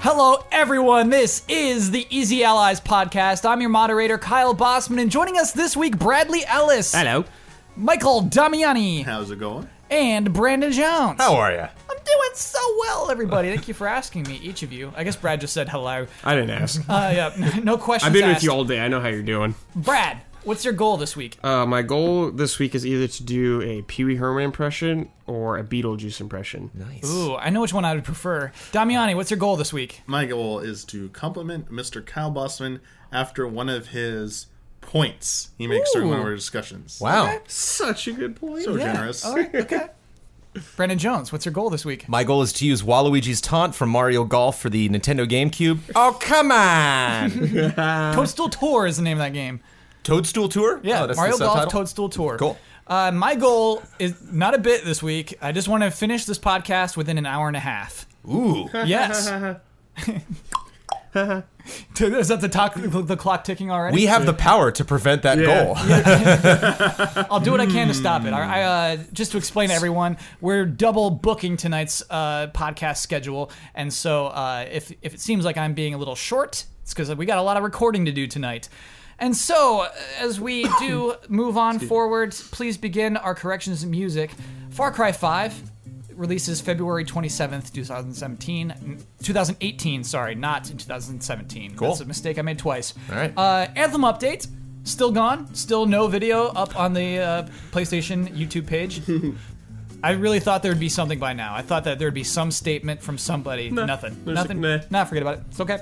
Hello, everyone. This is the Easy Allies podcast. I'm your moderator, Kyle Bossman, and joining us this week, Bradley Ellis, Hello. Michael Damiani, How's it going? and Brandon Jones. How are you? I'm doing so well, everybody. Thank you for asking me, each of you. I guess Brad just said hello. I didn't ask. Uh, yeah, no questions. I've been asked. with you all day. I know how you're doing. Brad, what's your goal this week? Uh, my goal this week is either to do a Pee Wee Herman impression or a Beetlejuice impression. Nice. Ooh, I know which one I would prefer. Damiani, what's your goal this week? My goal is to compliment Mr. Kyle Bossman after one of his points he makes during one of our discussions. Wow. Such a good point. So generous. Brandon Jones, what's your goal this week? My goal is to use Waluigi's taunt from Mario Golf for the Nintendo GameCube. Oh, come on! Toadstool Tour is the name of that game. Toadstool Tour? Yeah, Oh, that's the Mario Golf subtitle? Toadstool Tour. Cool. Uh, my goal is not a bit this week. I just want to finish this podcast within an hour and a half. Ooh. Yes. is that the, talk, the, the clock ticking already? We have the power to prevent that goal. I'll do what I can to stop it. I, I, uh, just to explain to everyone, we're double booking tonight's uh, podcast schedule, and so uh, if if it seems like I'm being a little short, it's because we got a lot of recording to do tonight. And so, uh, as we do move on forward, please begin our corrections in music. Far Cry 5 releases February 27th, 2017. n- 2018, sorry, not in 2017. Cool. That's a mistake I made twice. All right. Uh, Anthem update. Still gone. Still no video up on the uh, PlayStation YouTube page. I really thought there would be something by now. I thought that there would be some statement from somebody. Nothing. There's- Nothing. nah. Nah, forget about it. It's okay.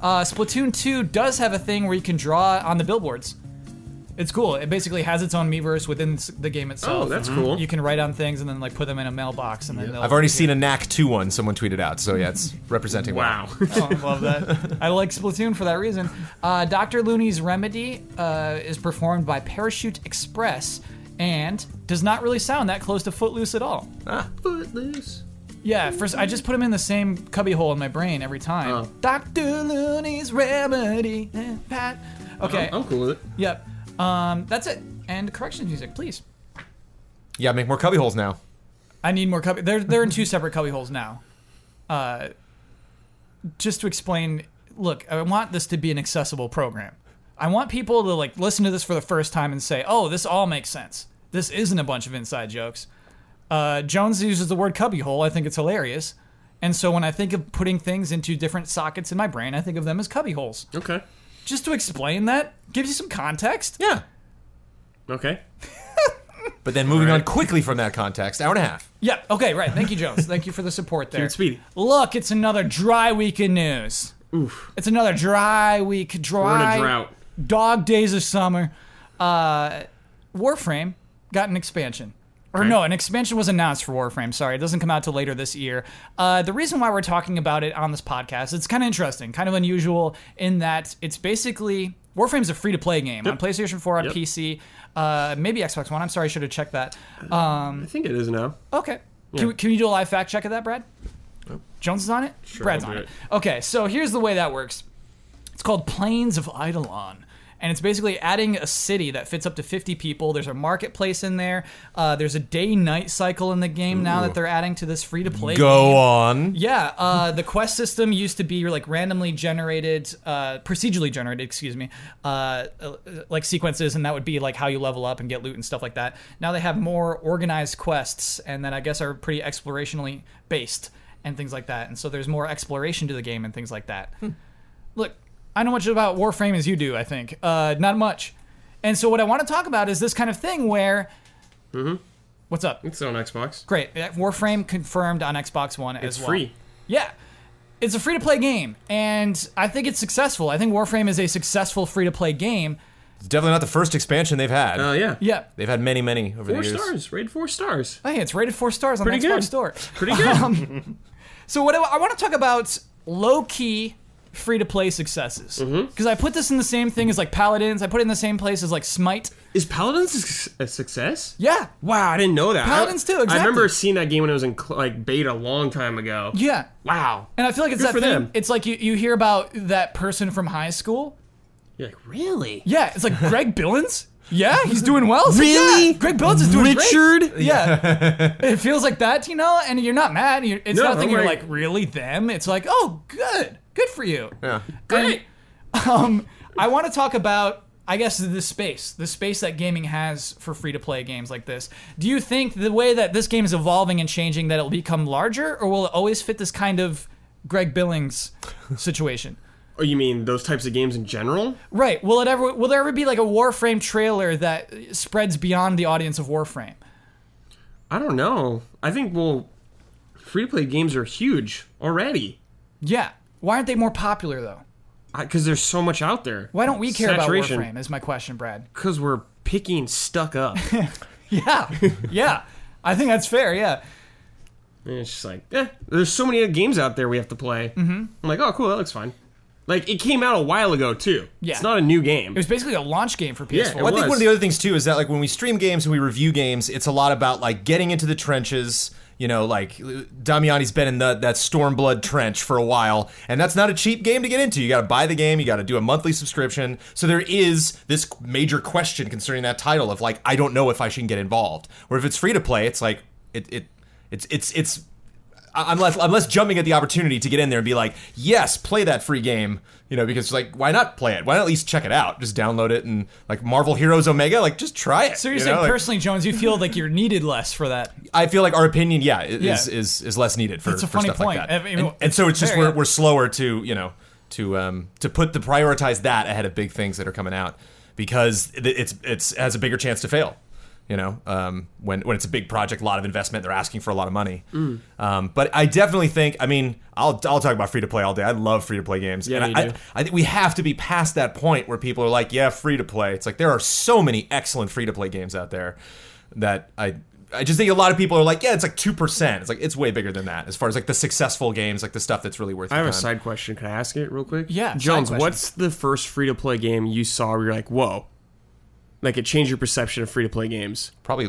Uh, Splatoon 2 does have a thing where you can draw on the billboards. It's cool. It basically has its own Miiverse within s- the game itself. Oh, that's cool. You can write on things and then like put them in a mailbox and then they'll Mm-hmm. I've already seen a knack 2 one someone tweeted out, so yeah, it's representing Wow. Oh, I love that. I like Splatoon for that reason. Uh, Dr. Looney's Remedy uh, is performed by Parachute Express and does not really sound that close to Footloose at all. Ah, Footloose. Yeah, first I just put him in the same cubbyhole in my brain every time. Dr. Looney's Remedy. eh, Pat. Okay. I'm cool with it. Yep. Um, that's it. And corrections music, please. Yeah, make more cubby holes now. I need more cubby. They're they're in two separate cubby holes now. Uh, just to explain, look, I want this to be an accessible program. I want people to like listen to this for the first time and say, "Oh, this all makes sense. This isn't a bunch of inside jokes." Uh, Jones uses the word cubby hole. I think it's hilarious. And so when I think of putting things into different sockets in my brain, I think of them as cubby holes. Okay. Just to explain that gives you some context. Yeah. Okay. But then moving on quickly from that context, hour and a half. Yeah. Okay. Right. Thank you, Jones. Thank you for the support there. it speedy. Look, it's another dry week in news. Oof. It's another dry week. We're in Dry a drought. Dog days of summer. Uh, Warframe got an expansion. Or Okay. no, an expansion was announced for Warframe. Sorry, it doesn't come out till later this year. Uh, the reason why we're talking about it on this podcast, it's kind of interesting, kind of unusual in that it's basically Warframe's a free to play game on PlayStation 4, on Yep. PC, uh, maybe Xbox One. I'm sorry, I should have checked that. I think it is now. Okay. Can, we- can you do a live fact check of that, Brad? Jones is on it? Sure, Brad's I'll on do it. it. Okay, so here's the way that works it's called Plains of Eidolon. And it's basically adding a city that fits up to 50 people. There's a marketplace in there. Uh, there's a day night cycle in the game now that they're adding to this free to play Go on. yeah, uh, the quest system used to be like randomly generated, uh, procedurally generated, excuse me, uh, uh, like sequences, and that would be like how you level up and get loot and stuff like that. Now they have more organized quests, and that I guess are pretty explorationally based and things like that. And so there's more exploration to the game and things like that. Hmm. Look, I know much about Warframe as you do. I think uh, not much. And so what I want to talk about is this kind of thing where, Mm-hmm. what's up? It's on Xbox. Great, yeah, Warframe confirmed on Xbox One as It's well. free. Yeah. It's a free to play game, and I think it's successful. I think Warframe is a successful free to play game. It's definitely not the first expansion they've had. Oh, yeah. Yeah. They've had many, many over Four the years. stars. Raid four stars. Hey, it's rated four stars on Pretty the Xbox good. Store. Pretty good. Um, So, what I, want to talk about low key free to play successes. Because Mm-hmm. I put this in the same thing as like Paladins, I put it in the same place as like Smite. is Paladins a suc- a success? Yeah. Wow, I didn't know that. Paladins I, too, exactly. I remember seeing that game when it was in cl- like beta a long time ago. Yeah. Wow. And I feel like it's Good that for thing. them. It's like you, you hear about that person from high school. You're like, really? Yeah, it's like Greg Billings? Yeah, he's doing well. It's like, Really? yeah, Greg Bones is doing great. Richard? Yeah. it feels like that, you know, and you're not mad. You're, it's No, nothing. I'm You're like- like, really them? It's like, oh, good, good for you. Yeah. Great. um, I want to talk about, I guess, the space, the space that gaming has for free to play games like this. Do you think the way that this game is evolving and changing that it'll become larger, or will it always fit this kind of Greg Billings situation? Oh, you mean those types of games in general? Right. Will it ever? Will there ever be like a Warframe trailer that spreads beyond the audience of Warframe? I don't know. I think well, free to play games are huge already Yeah. Why aren't they more popular though? because there's so much out there. Why don't we care Saturation. about Warframe? Is my question, Brad. Because we're picky and stuck up. Yeah. yeah. I think that's fair. Yeah. And it's just like, eh, there's so many other games out there we have to play. Mm-hmm. I'm like, oh, cool, that looks fine. Like, it came out a while ago, too. Yeah. It's not a new game. It was basically a launch game for Yeah, PS4. it Well, I think was. one of the other things too is that like when we stream games and we review games, it's a lot about like getting into the trenches. You know, like Damiani's been in the, that Stormblood trench for a while, and that's not a cheap game to get into. You got to buy the game, you got to do a monthly subscription. So there is this major question concerning that title of like, I don't know if I should get involved. Or if it's free to play, it's like it, it it's it's it's I- I'm less I'm less jumping at the opportunity to get in there and be like, yes, play that free game, you know, because like, why not play it? Why not at least check it out? Just download it and like Marvel Heroes Omega, like just try it. So you're you saying know? Like, personally, Jones, you feel like you're needed less for that. I feel like our opinion, yeah, i- is Yeah. Is, is less needed for. It's a for funny stuff point. Like that. I mean, and, and so it's just fair, we're, yeah. we're slower to you know to um to put the prioritize that ahead of big things that are coming out because it- it's it's has a bigger chance to fail. You know, um, when when it's a big project, a lot of investment, they're asking for a lot of money. Mm. Um, but I definitely think, I mean, I'll I'll talk about free to play all day. I love free to play games. Yeah, and you I, do. I think we have to be past that point where people are like, yeah, free to play. It's like there are so many excellent free to play games out there that I I just think a lot of people are like, yeah, it's like 2%. It's like it's way bigger than that as far as like the successful games, like the stuff that's really worth I have your a time. side question. Can I ask it real quick? Yeah, side Jones, question. what's the first free to play game you saw where you're like, whoa? Like, it changed your perception of free to play games? Probably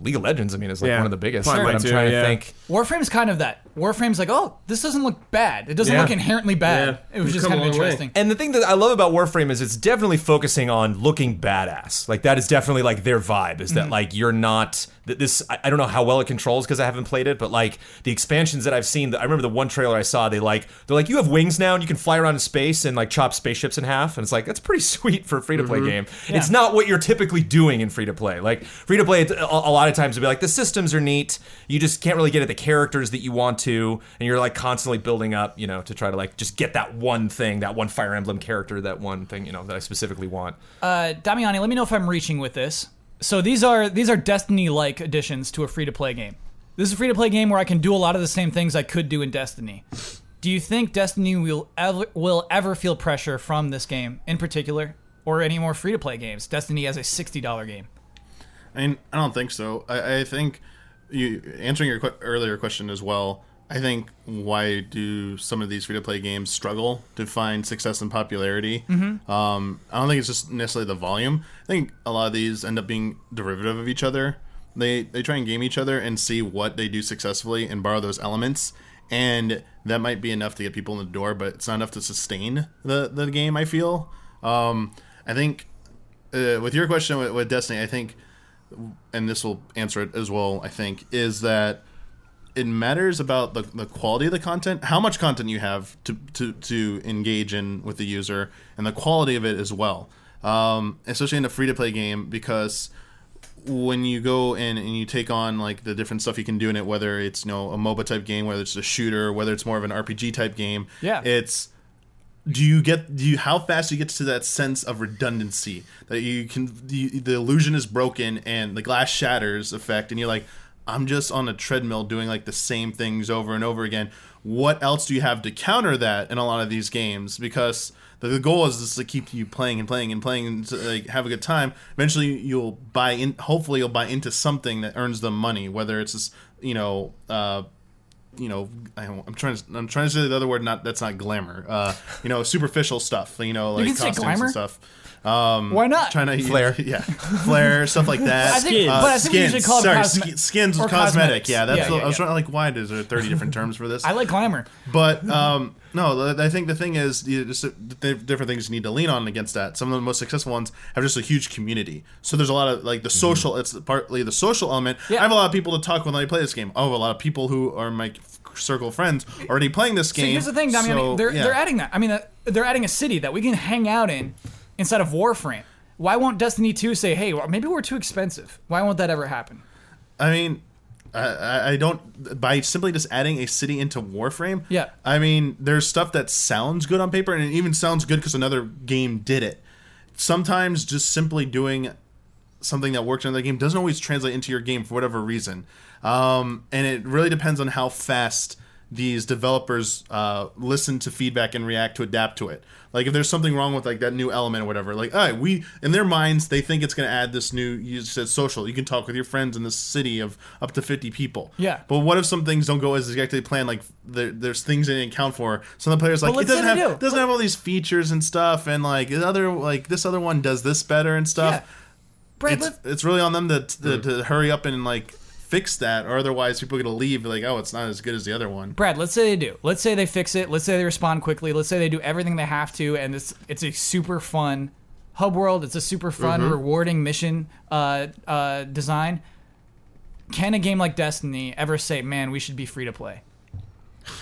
League of Legends, I mean, is like Yeah. one of the biggest. Probably but mine I'm too, trying yeah. to think. Warframe's kind of that. Warframe's like, oh, this doesn't look bad. It doesn't Yeah. look inherently bad. It Yeah. was We've just come kind a of long way. interesting. And the thing that I love about Warframe is it's definitely focusing on looking badass. Like that is definitely like their vibe. Is that like you're not that this? I, I don't know how well it controls because I haven't played it, but like the expansions that I've seen, I remember the one trailer I saw. They like they're like you have wings now and you can fly around in space and like chop spaceships in half, and it's like that's pretty sweet for a free to Mm-hmm. play game. It's not what you're typically doing in free to play. Like free to play, a, a lot of times it'll be like the systems are neat. You just can't really get at the characters that you want to, and you're like constantly building up, you know, to try to like just get that one thing, that one Fire Emblem character, that one thing, you know, that I specifically want. Uh, Damiani, let me know if I'm reaching with this. So these are these are Destiny-like additions to a free-to-play game. This is a free-to-play game where I can do a lot of the same things I could do in Destiny. Do you think Destiny will ever will ever feel pressure from this game in particular, or any more free-to-play games? Destiny as a sixty-dollar game. I mean, I don't think so. I, I think you answering your que- earlier question as well. I think why do some of these free to play games struggle to find success and popularity? Um, I don't think it's just necessarily the volume. I think a lot of these end up being derivative of each other. They they try and game each other and see what they do successfully and borrow those elements. And that might be enough to get people in the door, but it's not enough to sustain the, the game. I feel. Um, I think uh, with your question with, with Destiny, I think and this will answer it as well, I think, is that it matters about the, the quality of the content, how much content you have to, to, to engage in with the user, and the quality of it as well. Um, especially in a free to play game, because when you go in and you take on like the different stuff you can do in it, whether it's you know a MOBA type game, whether it's a shooter, whether it's more of an RPG type game, Yeah. it's do you get do you how fast do you get to that sense of redundancy that you can the, the illusion is broken and the glass shatters effect and you're like i'm just on a treadmill doing like the same things over and over again what else do you have to counter that in a lot of these games because the, the goal is just to keep you playing and playing and playing and to, like have a good time eventually you'll buy in hopefully you'll buy into something that earns them money whether it's this you know uh you know, I, don't- I'm trying to I'm trying to say the other word. Not that's not glamour. Uh, you know, superficial stuff. You know, like can say costumes glamour. and stuff. Um, Why not? Trying to Flare. yeah, flare stuff like that. Uh, I think- Skins. but I think we skins. usually call it Sorry, cosme- ski- skins or was cosmetic. cosmetics. Yeah, that's. Yeah, what, yeah, I was yeah. trying to like, why is there 30 different terms for this? I like glamour. But um, No, th- I think the thing is, you just, th- different things you need to lean on against that. Some of the most successful ones have just a huge community. So there's a lot of Mm-hmm. like the social. It's partly the social element. I have a lot of people to talk with when I play this game. I have a lot of people who are my f- circle of friends already playing this game. See, here's the thing, Damiani. So, they're yeah. they're adding that. I mean, uh, they're adding a city that we can hang out in instead of Warframe. Why won't Destiny 2 say, "Hey, well, maybe we're too expensive"? Why won't that ever happen? I mean, I- I, I don't by simply just adding a city into Warframe. Yeah. I mean, there's stuff that sounds good on paper, and it even sounds good because another game did it. Sometimes just simply doing something that worked in another game doesn't always translate into your game for whatever reason, um, and it really depends on how fast these developers uh, listen to feedback and react to adapt to it. Like if there's something wrong with like that new element or whatever, like all right, we in their minds they think it's going to add this new. You said social. You can talk with your friends in this city of up to 50 people. Yeah. But what if some things don't go as exactly planned? Like there, there's things they didn't account for. Some of the players like But it let's say doesn't they have do. doesn't have all these features and stuff, and like the other like this other one does this better and stuff Yeah. Brad, Uh, it's, let- it's really on them to, to, Mm. to hurry up and like fix that or otherwise people are gonna leave like oh it's not as good as the other one Brad, let's say they do. Let's say they fix it. Let's say they respond quickly. Let's say they do everything they have to, and it's it's a super fun hub world. It's a super fun, Mm-hmm. rewarding mission uh, uh, design. Can a game like Destiny ever say, "Man, we should be free to play"?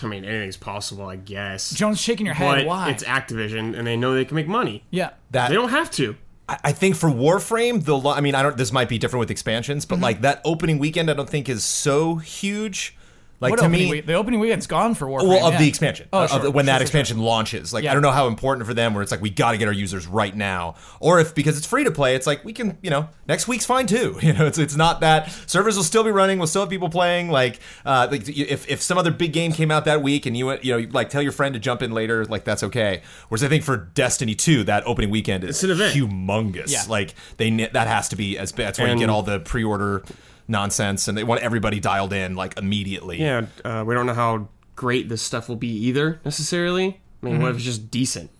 I mean, anything's possible, I guess. Jones shaking your head. but Why? it's Activision, and they know they can make money. yeah. That They don't have to. I- I think for Warframe, the lo- I mean, I don't. This might be different with expansions, Mm-hmm. but like that opening weekend, I don't think is so huge. Like What to opening me, week- the opening weekend's gone for Warframe. well, of yeah. the expansion, Oh, of sure, the- when sure, that sure, expansion launches. Like Yeah. I don't know how important for them, where it's like we got to get our users right now, or if because it's free to play, it's like we can, you know, next week's fine too. You know, it's it's not that servers will still be running, we'll still have people playing. Like, uh, like if if some other big game came out that week and you went, you know, like tell your friend to jump in later, like that's okay. Whereas I think for Destiny two, that opening weekend is It's an event. humongous. Yeah. Like they ne- that has to be as that's where you And- get all the pre order. Nonsense, and they want everybody dialed in like immediately. Yeah, uh, we don't know how great this stuff will be either necessarily. I mean, what if it's just decent?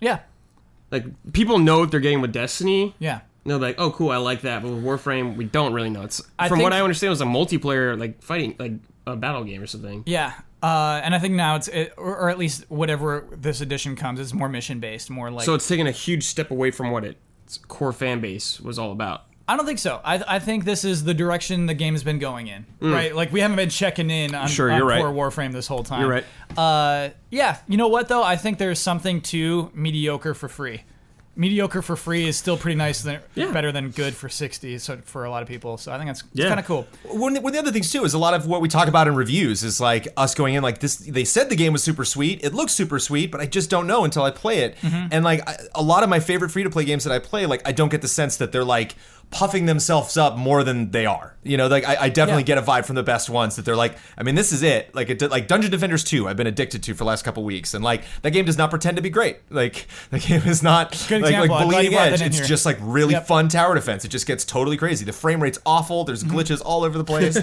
Yeah. Like people know what they're getting with Destiny. Yeah. And they're like, oh, cool, I like that. But with Warframe, we don't really know. It's I from what think- I understand, it was a multiplayer like fighting like a battle game or something. Yeah, uh, and I think now it's it, or, or at least whatever this edition comes, it's more mission based, more like. So it's taken a huge step away from what its core fan base was all about. I don't think so. I, I think this is the direction the game's been going in, right? Like we haven't been checking in on, Mm. Sure, on you're right. poor Warframe this whole time. You're right. Uh, yeah, you know what though? I think there's something to mediocre for free. Mediocre for free is still pretty nice, than, Yeah. better than good for sixty. So for a lot of people, so I think that's Yeah. kind of cool. one, one of the other things too is a lot of what we talk about in reviews is like us going in like this they said the game was super sweet it looks super sweet but i just don't know until i play it Mm-hmm. and like I, a lot of my favorite free-to-play games that i play like i don't get the sense that they're like puffing themselves up more than they are you know like i, I definitely Yeah. get a vibe from the best ones that they're like i mean this is it like it did- like dungeon defenders 2 i've been addicted to for the last couple weeks and like that game does not pretend to be great like the game is not Good example. like, like I'm glad you bleeding brought that edge in it's here. just like really Yep. fun tower defense. It just gets totally crazy. The frame rate's awful. There's glitches all over the place.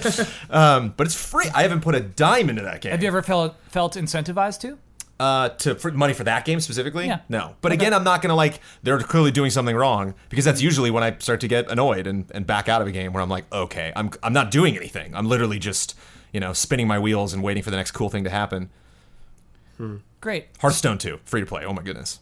um, but it's free. I haven't put a dime into that game. Have you ever felt felt incentivized to? uh, to for money for that game specifically? Yeah. No. But again, I'm not gonna like they're clearly doing something wrong because that's usually when I start to get annoyed and, and back out of a game where I'm like, okay, I'm I'm not doing anything. I'm literally just you know spinning my wheels and waiting for the next cool thing to happen. Great. Hearthstone 2, free to play. Oh my goodness.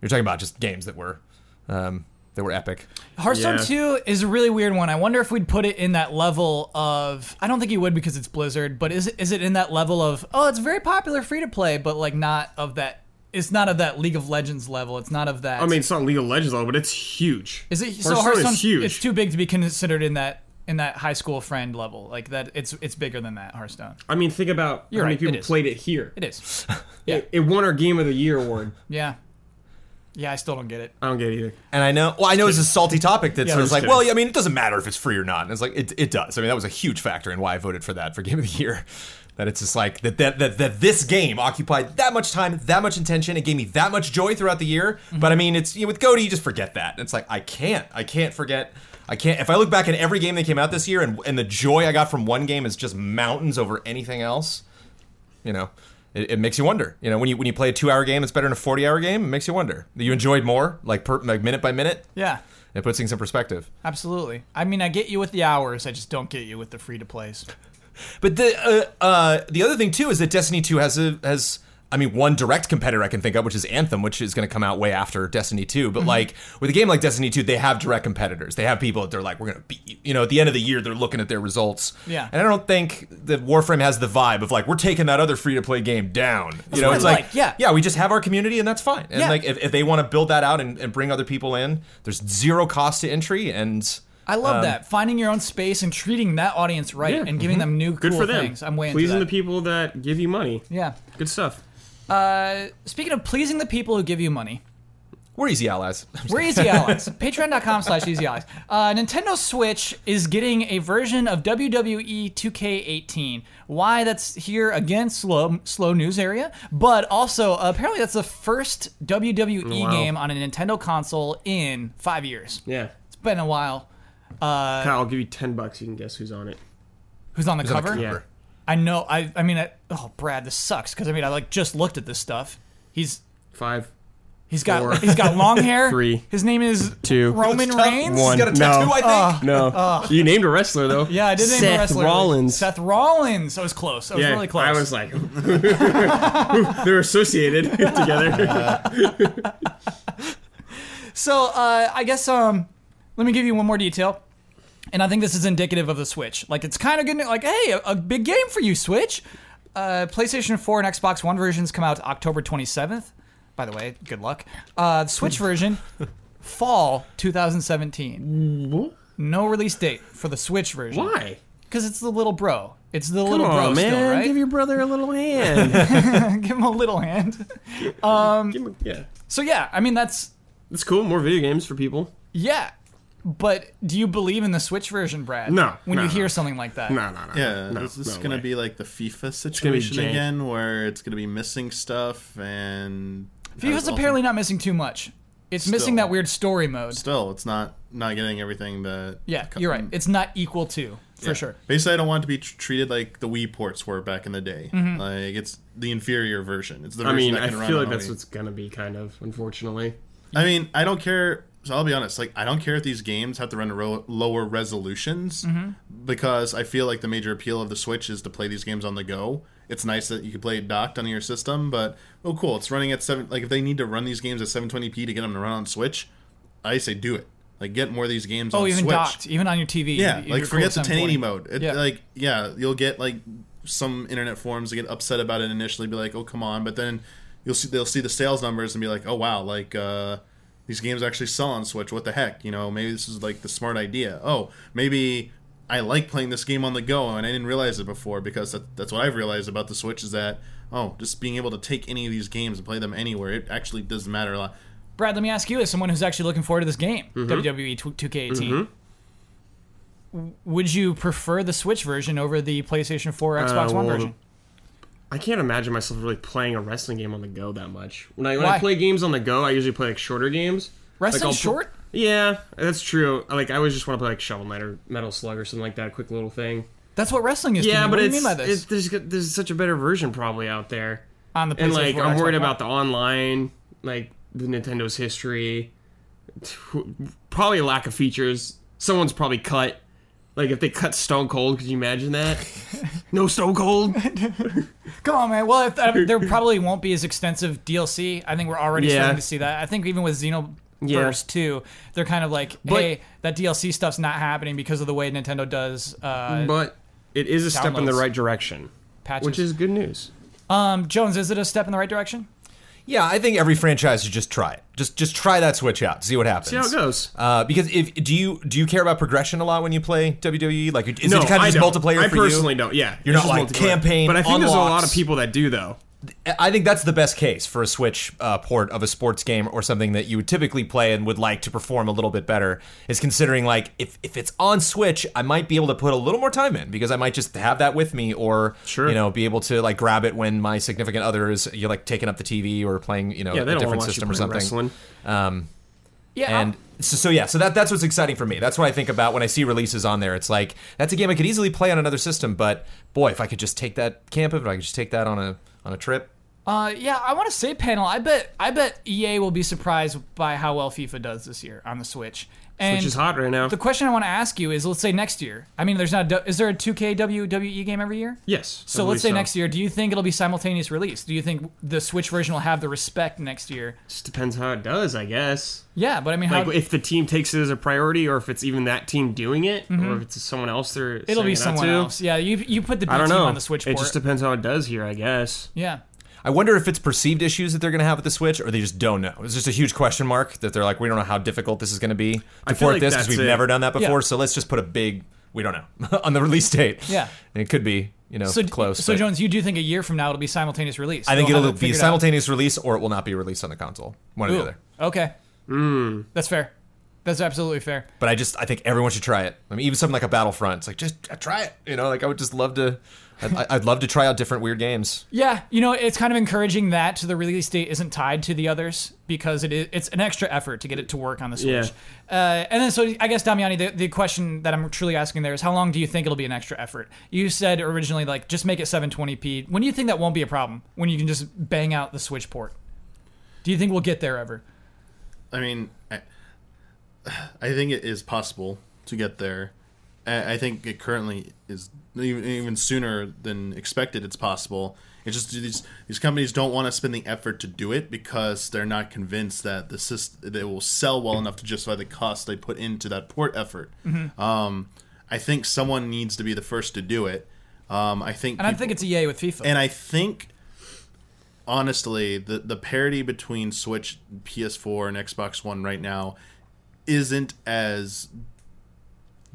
You're talking about just games that were um, that were epic. Hearthstone Yeah. 2 is a really weird one. I wonder if we'd put it in that level of I don't think you would because it's Blizzard, but is it, is it in that level of oh, it's very popular free to play, but like not of that it's not of that League of Legends level. It's not of that I mean, it's not League of Legends level, but it's huge. Is it so Hearthstone Hearthstone is huge. it's too big to be considered in that in that high school friend level. Like that it's it's bigger than that Hearthstone. I mean, think about You're how right, many it people is. played it here. It is. It, it won our Game of the Year award. Yeah. Yeah, I still don't get it. I don't get it either. And I know, well, I know it's a salty topic that's Yeah, sort I'm of like, just kidding. well, yeah, I mean, it doesn't matter if it's free or not. And it's like, it, it does. I mean, that was a huge factor in why I voted for that for Game of the Year. That it's just like, that, that, that, that this game occupied that much time, that much intention. It gave me that much joy throughout the year. But I mean, it's, you know, with Goaty, you just forget that. It's like, I can't. I can't forget. I can't. If I look back at every game that came out this year and, and the joy I got from one game is just mountains over anything else, you know. It, it makes you wonder, you know, when you when you play a two-hour game, it's better than a forty-hour game. It makes you wonder. You enjoyed more, like per like minute by minute. Yeah. It puts things in perspective. Absolutely. I mean, I get you with the hours. I just don't get you with the free to plays. But the uh, uh, the other thing too is that Destiny Two has a has I mean, one direct competitor I can think of, which is Anthem, which is going to come out way after Destiny 2. Mm-hmm. But like with a game like Destiny 2, they have direct competitors. They have people that they're like, we're going to beat you. You know, at the end of the year, they're looking at their results. Yeah. And I don't think that Warframe has the vibe of like, we're taking that other free to play game down. you know, what it's I like, like, yeah. yeah, we just have our community and that's fine. And Yeah. like, if, if they want to build that out and, and bring other people in, there's zero cost to entry. And I love that finding your own space and treating that audience right Um, Yeah, mm-hmm. and giving them new Good cool for them. things. I'm way into Pleasing that. the people that give you money. yeah. Good stuff. Uh, speaking of pleasing the people who give you money, we're easy allies. I'm just we're Easy Allies. Patreon.com slash Easy Allies. Uh, Nintendo Switch is getting a version of E WWE 2K18. Why? That's here again, slow, slow news area. But also, apparently, that's the first WWE Wow. game on a Nintendo console in five years. Yeah. It's been a while. Uh, Kyle, I'll give you ten bucks. You can guess who's on it. who's on the on the cover? Yeah. cover. I know. I. I mean, I, oh, Brad, this sucks because I mean, I like just looked at this stuff. He's Five, he's got Four. he's got long hair. Three. His name is two, Roman That's tough. Reigns. one. He's got a No. tattoo, I think. Oh, No, you named a wrestler though. Yeah, I did name Seth a wrestler. Rollins. Seth Rollins. I was close. I was really close. I was like, they're associated together. so uh, I guess um, let me give you one more detail. And I think this is indicative of the Switch. Like it's kind of getting like, hey, a, a big game for you, Switch. Uh, PlayStation 4 and Xbox One versions come out October 27th. By the way, good luck. Uh, the Switch version, fall 2017. No release date for the Switch version. Why? Because it's the little bro. It's the Come little bro on, man. still, right? Give your brother a little hand. Give him a little hand. Give him- yeah, So yeah, I mean that's it's cool. More video games for people. Yeah. But do you believe in the Switch version, Brad? No, When no, you no. hear something like that. No, no, no. Yeah, no, this is no gonna way. be like the FIFA gonna be situation jank. again, where it's gonna be missing stuff and FIFA's apparently not missing too much. It's missing Still. that weird story mode. still it's not not getting everything that Mm. Yeah, you're right. It's not equal to, for sure. Basically, I don't want it to be tr- treated like the Wii ports were back in the day. Mm-hmm. Like it's the inferior version. It's the I version mean, that I can run feel on like a that's Wii. what's gonna be kind of unfortunately. I mean, I don't care. So I'll be honest. Like, I don't care if these games have to run to ro- lower resolutions Mm-hmm. because I feel like the major appeal of the Switch is to play these games on the go. It's nice that you can play it docked on your system, but oh, cool! It's running at seven. Like, if they need to run these games at 720p to get them to run on Switch, I say do it. Like, get more of these games. Oh, on even Switch. docked, even on your TV. Yeah, you- you're like cool forget with the 1080 720. mode. It, Yeah. Like yeah, you'll get like some internet forums that get upset about it initially, be like, oh come on, but then you'll see they'll see the sales numbers and be like, oh wow, like uh, these games actually sell on Switch. What the heck? You know, maybe this is like the smart idea. Oh, maybe I like playing this game on the go and I didn't realize it before because that, that's what I've realized about the Switch is that oh, just being able to take any of these games and play them anywhere, it actually does matter a lot. Brad, let me ask you, as someone who's actually looking forward to this game, Mm-hmm. E WWE 2K18, Mm-hmm. w- would you prefer the Switch version over the PlayStation 4 or Xbox One Uh, well, version? I can't imagine myself really playing a wrestling game on the go that much. When I when Why? I play games on the go, I usually play like shorter games. Like, Wrestling I'll pl- short? yeah, that's true. Like I always just want to play like Shovel Knight or Metal Slug or something like that, a quick little thing. That's what wrestling is. to Yeah, me. but what do it's, you mean by this? it's- there's got- there's such a better version probably out there. on the PlayStation And like 4 I'm Xbox worried One? about the online, like the Nintendo's history, t- probably a lack of features. Someone's probably cut. Like if they cut Stone Cold, could you imagine that? no Stone Cold. Come on, man. Well, if, uh, there probably won't be as extensive DLC. I think we're already Yeah. starting to see that. I think even with Xenoverse Yeah. 2, they're kind of like, hey, that DLC stuff's not happening because of the way Nintendo does uh, but it is a step in the downloads. right direction, patches. Mm-hmm. which is good news. um, Jones, is it a step in the right direction? Yeah, I think every franchise should just try it. Just just try that switch out. See what happens. See how it goes. Uh, because if do you do you care about progression a lot when you play WWE? Like is no, it kind I of just don't. multiplayer I for personally you? don't. Yeah, You're it's not, just like, multiplayer. campaign, But I think there's a lot of unlocks. people that do though. I think that's the best case for a Switch uh, port of a sports game or something that you would typically play and would like to perform a little bit better. Is considering like if, if it's on Switch, I might be able to put a little more time in because I might just have that with me or Sure. you know be able to like grab it when my significant other is you know, like taking up the TV or playing you know Yeah, a they don't want different to watch you system or play something. wrestling. Yeah. And so, so yeah, so that that's what's exciting for me. That's what I think about when I see releases on there. It's like that's a game I could easily play on another system, but boy, if I could just take that camp, if I could just take that on a on a trip, Uh, yeah, I want to say panel. I bet I bet EA will be surprised by how well FIFA does this year on the Switch. And which is hot right now. The question I want to ask you is: Let's say next year. I mean, there's not. a- Is there a 2K WWE E game every year? yes. So let's say next year. Do you think it'll be simultaneous release? Do you think the Switch version will have the respect next year? Just depends how it does, I guess. Yeah, but I mean, Like how, if the team takes it as a priority, or if it's even that team doing it, or if it's someone else they're Mm-hmm. it'll saying be it out someone to. else. Yeah, you you put the B I don't team know. on the Switch it port. just depends how it does here, I guess. yeah. I wonder if it's perceived issues that they're going to have with the Switch, or they just don't know. It's just a huge question mark that they're like, we don't know how difficult this is going to be to feel port like this because that's we've it. never done that before. Yeah. So let's just put a big, we don't know, on the release date. Yeah. and it could be, you know, So close. So but Jones, you do think a year from now it'll be simultaneous release? I think They'll have it'll it be a figured out. simultaneous release, or it will not be released on the console. One or the Ooh, other. Okay. Hmm. That's fair. That's absolutely fair. But I just, I think everyone should try it. I mean, even something like a Battlefront, it's like just uh, try it. You know, like I would just love to, I'd, I'd love to try out different weird games. Yeah, you know, it's kind of encouraging that the release date isn't tied to the others because it is, it's an extra effort to get it to work on the Switch. Uh, and then, so I guess, Damiani, the, the question that I'm truly asking there is how long do you think it'll be an extra effort? You said originally, like, just make it 720p. When do you think that won't be a problem? When you can just bang out the Switch port? Do you think we'll get there ever? I mean, I, I think it is possible to get there. I, I think it currently is even, even sooner than expected. It's possible. It's just these these companies don't want to spend the effort to do it because they're not convinced that the system they will sell well enough to justify the cost they put into that port effort. Mm-hmm. Um, I think someone needs to be the first to do it. Um, I think And I people- think it's EA with FIFA. and I think honestly the the parity between Switch, PS4 and Xbox One right now isn't as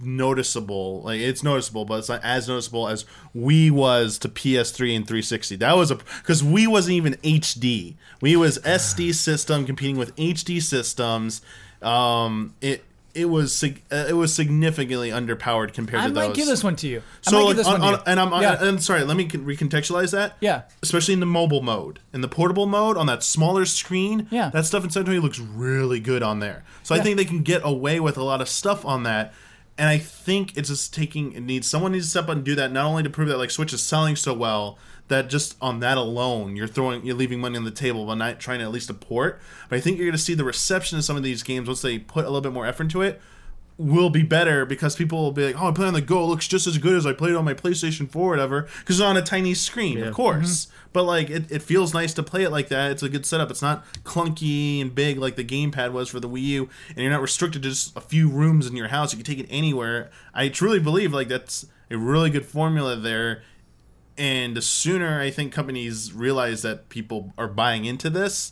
noticeable. Like it's noticeable, but it's not as noticeable as we was to PS3 and 360. That was a because we wasn't even HD. We was Ah. SD system competing with HD systems. Um, it it was sig- uh, it was significantly underpowered compared I to might those. give this one to you. I so might like, give this on, one on, to you. and I'm Yeah. I'm sorry. Let me con- recontextualize that yeah. especially in the mobile mode. In the portable mode, on that smaller screen, Yeah. that stuff in San Antonio looks really good on there. So I think they can get away with a lot of stuff on that. And I think it's just taking it needs someone needs to step up and do that not only to prove that like Switch is selling so well that just on that alone you're throwing you're leaving money on the table by not trying to at least a port. But I think you're gonna see the reception of some of these games once they put a little bit more effort into it will be better because people will be like, "Oh, I play on the Go. It looks just as good as I played on my PlayStation 4 or whatever." Because it's on a tiny screen, of course. But like, it, it feels nice to play it like that. It's a good setup. It's not clunky and big like the gamepad was for the Wii U, and you're not restricted to just a few rooms in your house. You can take it anywhere. I truly believe like that's a really good formula there. And the sooner I think companies realize that people are buying into this,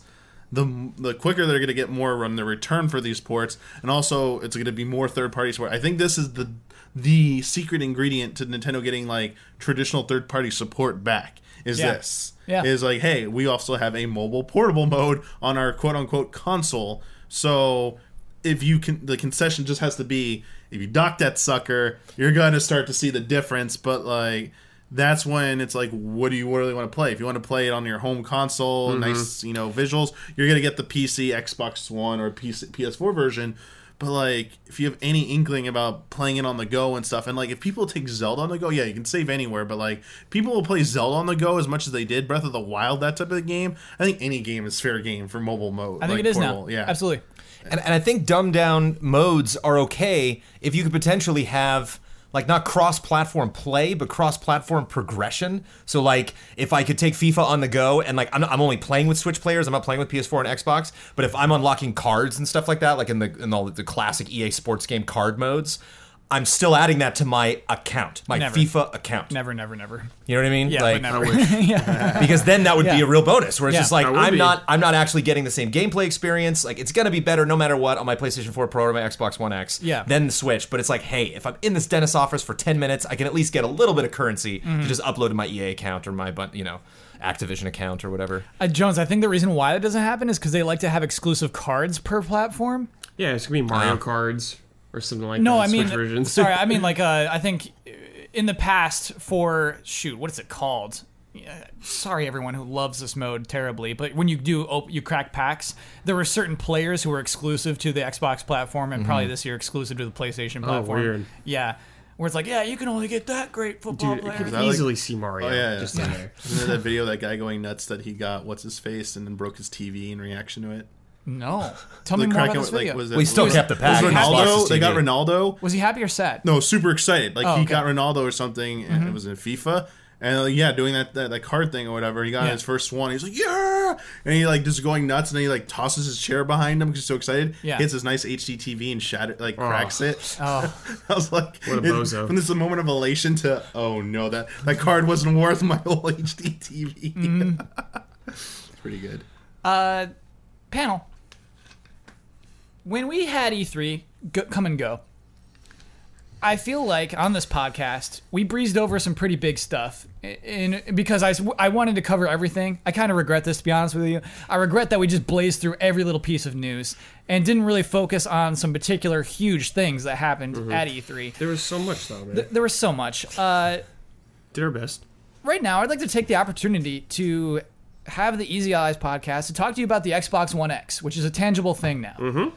the the quicker they're going to get more on the return for these ports, and also it's going to be more third party support. I think this is the the secret ingredient to Nintendo getting like traditional third party support back is Yeah. this Yeah. is like hey we also have a mobile portable mode on our quote unquote console so if you can the concession just has to be if you dock that sucker you're gonna start to see the difference but like that's when it's like what do you really want to play if you want to play it on your home console nice you know visuals you're gonna get the pc xbox one or PC, ps4 version but like if you have any inkling about playing it on the go and stuff and like if people take zelda on the go yeah you can save anywhere but like people will play zelda on the go as much as they did breath of the wild that type of game i think any game is fair game for mobile mode I think like, it is portable. now. yeah Absolutely. And, and I think dumbed down modes are okay if you could potentially have like not cross platform play, but cross platform progression. So like if I could take FIFA on the go and like I'm, I'm only playing with Switch players, I'm not playing with PS4 and Xbox. But if I'm unlocking cards and stuff like that, like in the in all the classic EA Sports game card modes. I'm still adding that to my account, my Never. FIFA account. Never, never, never. You know what I mean? Yeah, like, but never. yeah. because then that would be Yeah. a real bonus where it's Yeah. just like That would I'm be. not I'm not actually getting the same gameplay experience like it's gonna be better no matter what on my PlayStation 4 Pro or my Xbox One X Yeah. then the Switch but it's like hey if I'm in this dentist office for 10 minutes I can at least get a little bit of currency to just upload to my EA account or my bun- you know Activision account or whatever Uh, Jones, I think the reason why that doesn't happen is because they like to have exclusive cards per platform. Yeah, it's gonna be Mario Uh-huh. cards or something like No, that. I mean, Switch versions. sorry, I mean like uh, I think uh, in the past for shoot, what is it called? Yeah, Sorry, everyone who loves this mode terribly, but when you do op- you crack packs, there were certain players who were exclusive to the Xbox platform and probably this year exclusive to the PlayStation platform. Mm-hmm. Oh, weird. Yeah. where it's like, yeah, you can only get that great football Dude, I player. could that like- easily see Mario Oh, yeah, yeah. just in there. Remember that video of that guy going nuts that he got what's his face and then broke his TV in reaction to it. No, tell me The more crack about this video. like was it? We still was, kept the pack. Was Ronaldo? Xbox's They got TV. Ronaldo. was he happy or sad? No, super excited. Like Oh, he okay. Mm-hmm. got Ronaldo or something, and it was in FIFA. And like, yeah, doing that, that that card thing or whatever. He got Yeah. his first one. He's like, yeah, and he like just going nuts. And then he like tosses his chair behind him because he's so excited. Yeah. hits his nice HDTV and shatter like cracks it. Oh. I was like, What a it- bozo. From this moment of elation to oh no, that that card wasn't worth my whole HDTV. Mm. it's pretty good. Uh, panel. When we had E3 go, come and go, I feel like on this podcast we breezed over some pretty big stuff, and because I, s- I wanted to cover everything, I kind of regret this to be honest with you. I regret that we just blazed through every little piece of news and didn't really focus on some particular huge things that happened at E3. There was so much though, man. There was so much. Uh, Did our best. right now, I'd like to take the opportunity to have the Easy Eyes podcast to talk to you about the Xbox One X, which is a tangible thing now. Mm-hmm.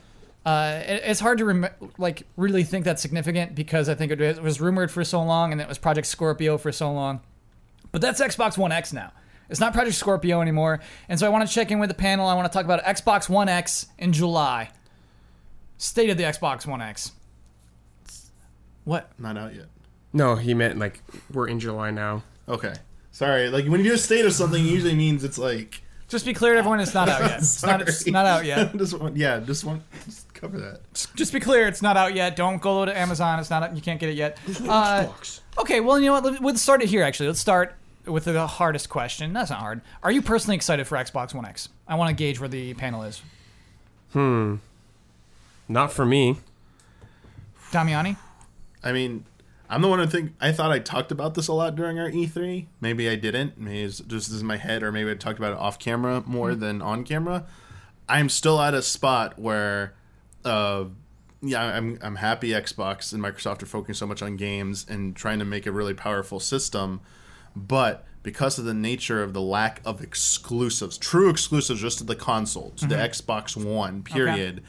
Uh, it- it's hard to rem- like really think that's significant because I think it was- it was rumored for so long, and it was Project Scorpio for so long. But that's Xbox One X now. It's not Project Scorpio anymore, and so I want to check in with the panel. I want to talk about Xbox One X in July. State of the Xbox One X. What? Not out yet. No, he meant like we're in July now. Okay. Sorry. Like when you do a state of something, it usually means it's like Just be clear to everyone, it's not out yet. It's not, it's Sorry. not out yet. just want, yeah, just want just cover that. Just be clear, it's not out yet. Don't go to Amazon. It's not. Out, you can't get it yet. Uh, Xbox. okay. Well, you know what? Let- Let's start it here. Actually, let's start with the hardest question. That's not hard. Are you personally excited for Xbox One X? I want to gauge where the panel is. Not for me. Damiani. I mean, I'm the one who think I thought I talked about this a lot during our E3. Maybe I didn't. Maybe it's just in my head, or maybe I talked about it off camera more Mm-hmm. than on camera. I'm still at a spot where, uh, yeah, I'm I'm happy Xbox and Microsoft are focusing so much on games and trying to make a really powerful system, but because of the nature of the lack of exclusives, true exclusives just to the console, to the Mm-hmm. Xbox One, period.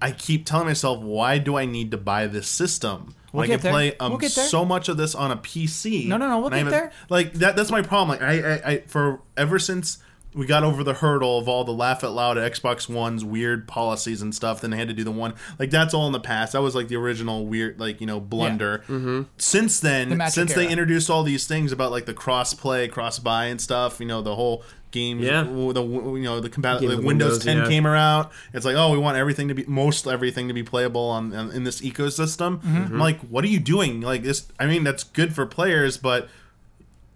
I keep telling myself, why do I need to buy this system? When get I can there. play um, We'll get there. so much of this on a PC. No, no, no, we'll And I get haven't- there. Like that, that's my problem. Like I, I, I, for ever since we got over the hurdle of all the laugh at loud Xbox One's weird policies and stuff, then they had to do the one. Like that's all in the past. That was like the original weird, like you know, blunder. Mm-hmm. Since then, The magic since they era. introduced all these things about like the cross play, cross buy, and stuff, you know, the whole game, Yeah. the you know the Game compatible of Windows, Windows, 10 yeah. came came out. It's like, oh, we want everything to be most everything to be playable on, on in this ecosystem. I'm like, what are you doing? Like this? I mean, that's good for players, but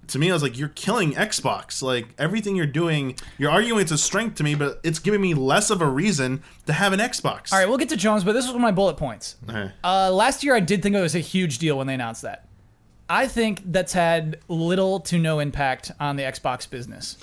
to me, I was like, you're killing Xbox. Like everything you're doing, you're arguing it's a strength to me, but it's giving me less of a reason to have an Xbox. Eh, All right, we'll get to Jones, but this was one of my bullet points. Okay. Uh, last year, I did think it was a huge deal when they announced that. I think that's had little to no impact on the Xbox business.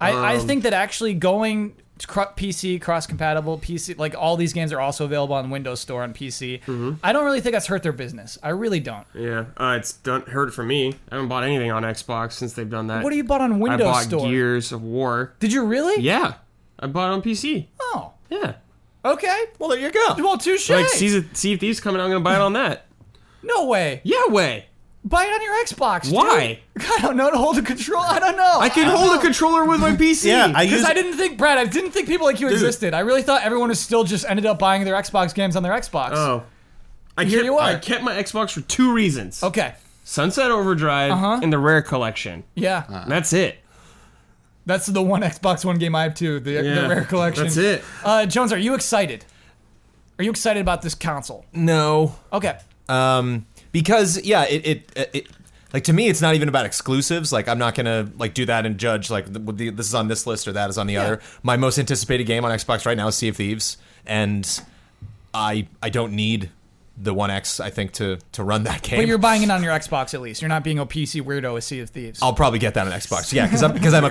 I, I Um, think that actually going to cro- PC cross compatible PC like all these games are also available on Windows Store on PC. I don't really think that's hurt their business. I really don't. Mm-hmm. Yeah, uh, it's done. Heard for me. I haven't bought anything on Xbox since they've done that. What do you bought on I Windows bought Store? Gears of War. Did you really? Yeah, I bought it on PC. Oh, Yeah, okay. Well, there you go. Well, touche. like see, see if these coming. out, I'm gonna buy it on that. no way. Yeah, way. Buy it on your Xbox. dude. Why? I don't know to hold the control. I don't know. I can hold a controller with my PC. Yeah, I use. Because I didn't think, Brad, I didn't think people like you existed. I really thought everyone was still just ended up buying their Xbox games on their Xbox. Oh, I Here kept, you are. I kept my Xbox for two reasons: Okay. Sunset Overdrive Uh-huh. and the Rare Collection. Yeah. And that's it. That's the one Xbox One game I have too, the, the Yeah, rare collection. That's it. Uh, Jones, are you excited? Are you excited about this console? No. Okay. um, because yeah, it, it it like to me, it's not even about exclusives. Like I'm not gonna like do that and judge like the, the, this is on this list or that is on the other. My most anticipated game on Xbox right now is Sea of Thieves, and I I don't need the One X I think to to run that game. But you're buying it on your Xbox at least. You're not being a PC weirdo with Sea of Thieves. I'll probably get that on Xbox. Yeah, because I'm because I'm a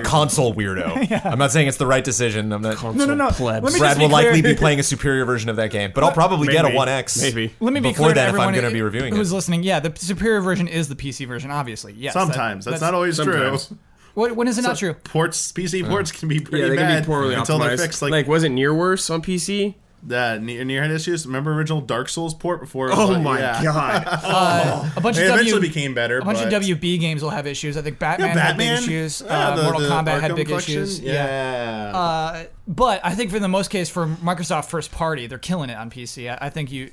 console weirdo. I'm not saying it's the right decision. I'm not. No, no, no. Let me Brad just be will likely clear. be playing a superior version of that game, but I'll probably get a Maybe. One X. Maybe. Let me be before clear to that if I'm everyone going to be reviewing who's it. listening. Yeah, the superior version is the PC version, obviously. Yes. that- Sometimes that's, not always Sometimes. true. What, when is it not true? Ports, PC ports can be pretty Yeah, they can bad be poorly until optimized. they're fixed. Like, was it near worse on PC? that near, near head issues. Remember original Dark Souls port before? it was Oh like- my yeah. god. Uh, a bunch It of W, eventually became better. a bunch but of WB games will have issues. I think Batman, Yeah, Batman had big issues. Yeah, uh, the- Mortal the Kombat had Arkham big collection. issues. Yeah. Uh, but I think for the most case for Microsoft first party, they're killing it on PC. I, I think you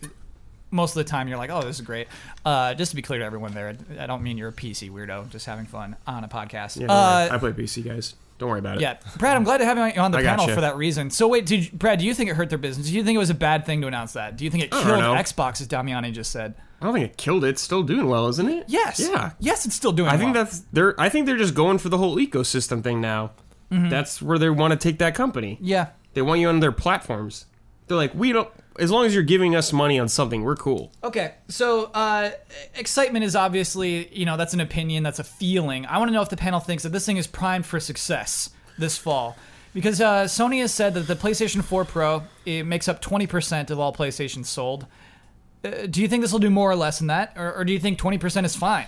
most of the time you're like, oh, this is great. Uh, just to be clear to everyone there, I don't mean you're a PC weirdo. Just having fun on a podcast. Yeah, don't worry. uh, I play PC, guys. Don't worry about it. yeah, Brad, I'm glad to have you on the I panel gotcha. for that reason. So wait, did you- Brad, do you think it hurt their business? Do you think it was a bad thing to announce that? Do you think it don't killed know. Xbox, as Damiani just said? I don't think it killed it. It's still doing well, isn't it? Yes. Yeah. Yes, it's still doing. I think well. that's they're. I think they're just going for the whole ecosystem thing now. That's where they want to take that company. Mm-hmm. yeah. They want you on their platforms. They're like, we don't. As long as you're giving us money on something, we're cool. Okay, so uh, excitement is obviously, you know, that's an opinion, that's a feeling. I want to know if the panel thinks that this thing is primed for success this fall. Because uh, Sony has said that the PlayStation 4 Pro it makes up 20% of all PlayStations sold. Uh, do you think this will do more or less than that? Or, or do you think 20% is fine?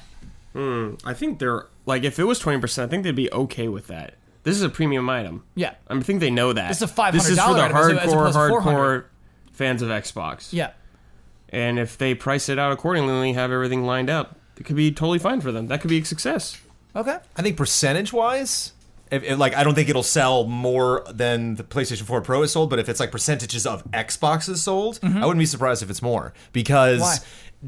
I think they're like, if it was twenty percent, I think they'd be okay with that. This is a premium item. Yeah. I think they know that. This is a This is for $500 the item as- as hardcore, opposed to hardcore 400. fans of Xbox. Yeah. And if they price it out accordingly, and they have everything lined up, it could be totally fine for them. That could be a success. Okay. I think percentage wise, if, if, like I don't think it'll sell more than the PlayStation 4 Pro is sold, but if it's like percentages of Xboxes sold, I wouldn't be surprised if it's more because. Why?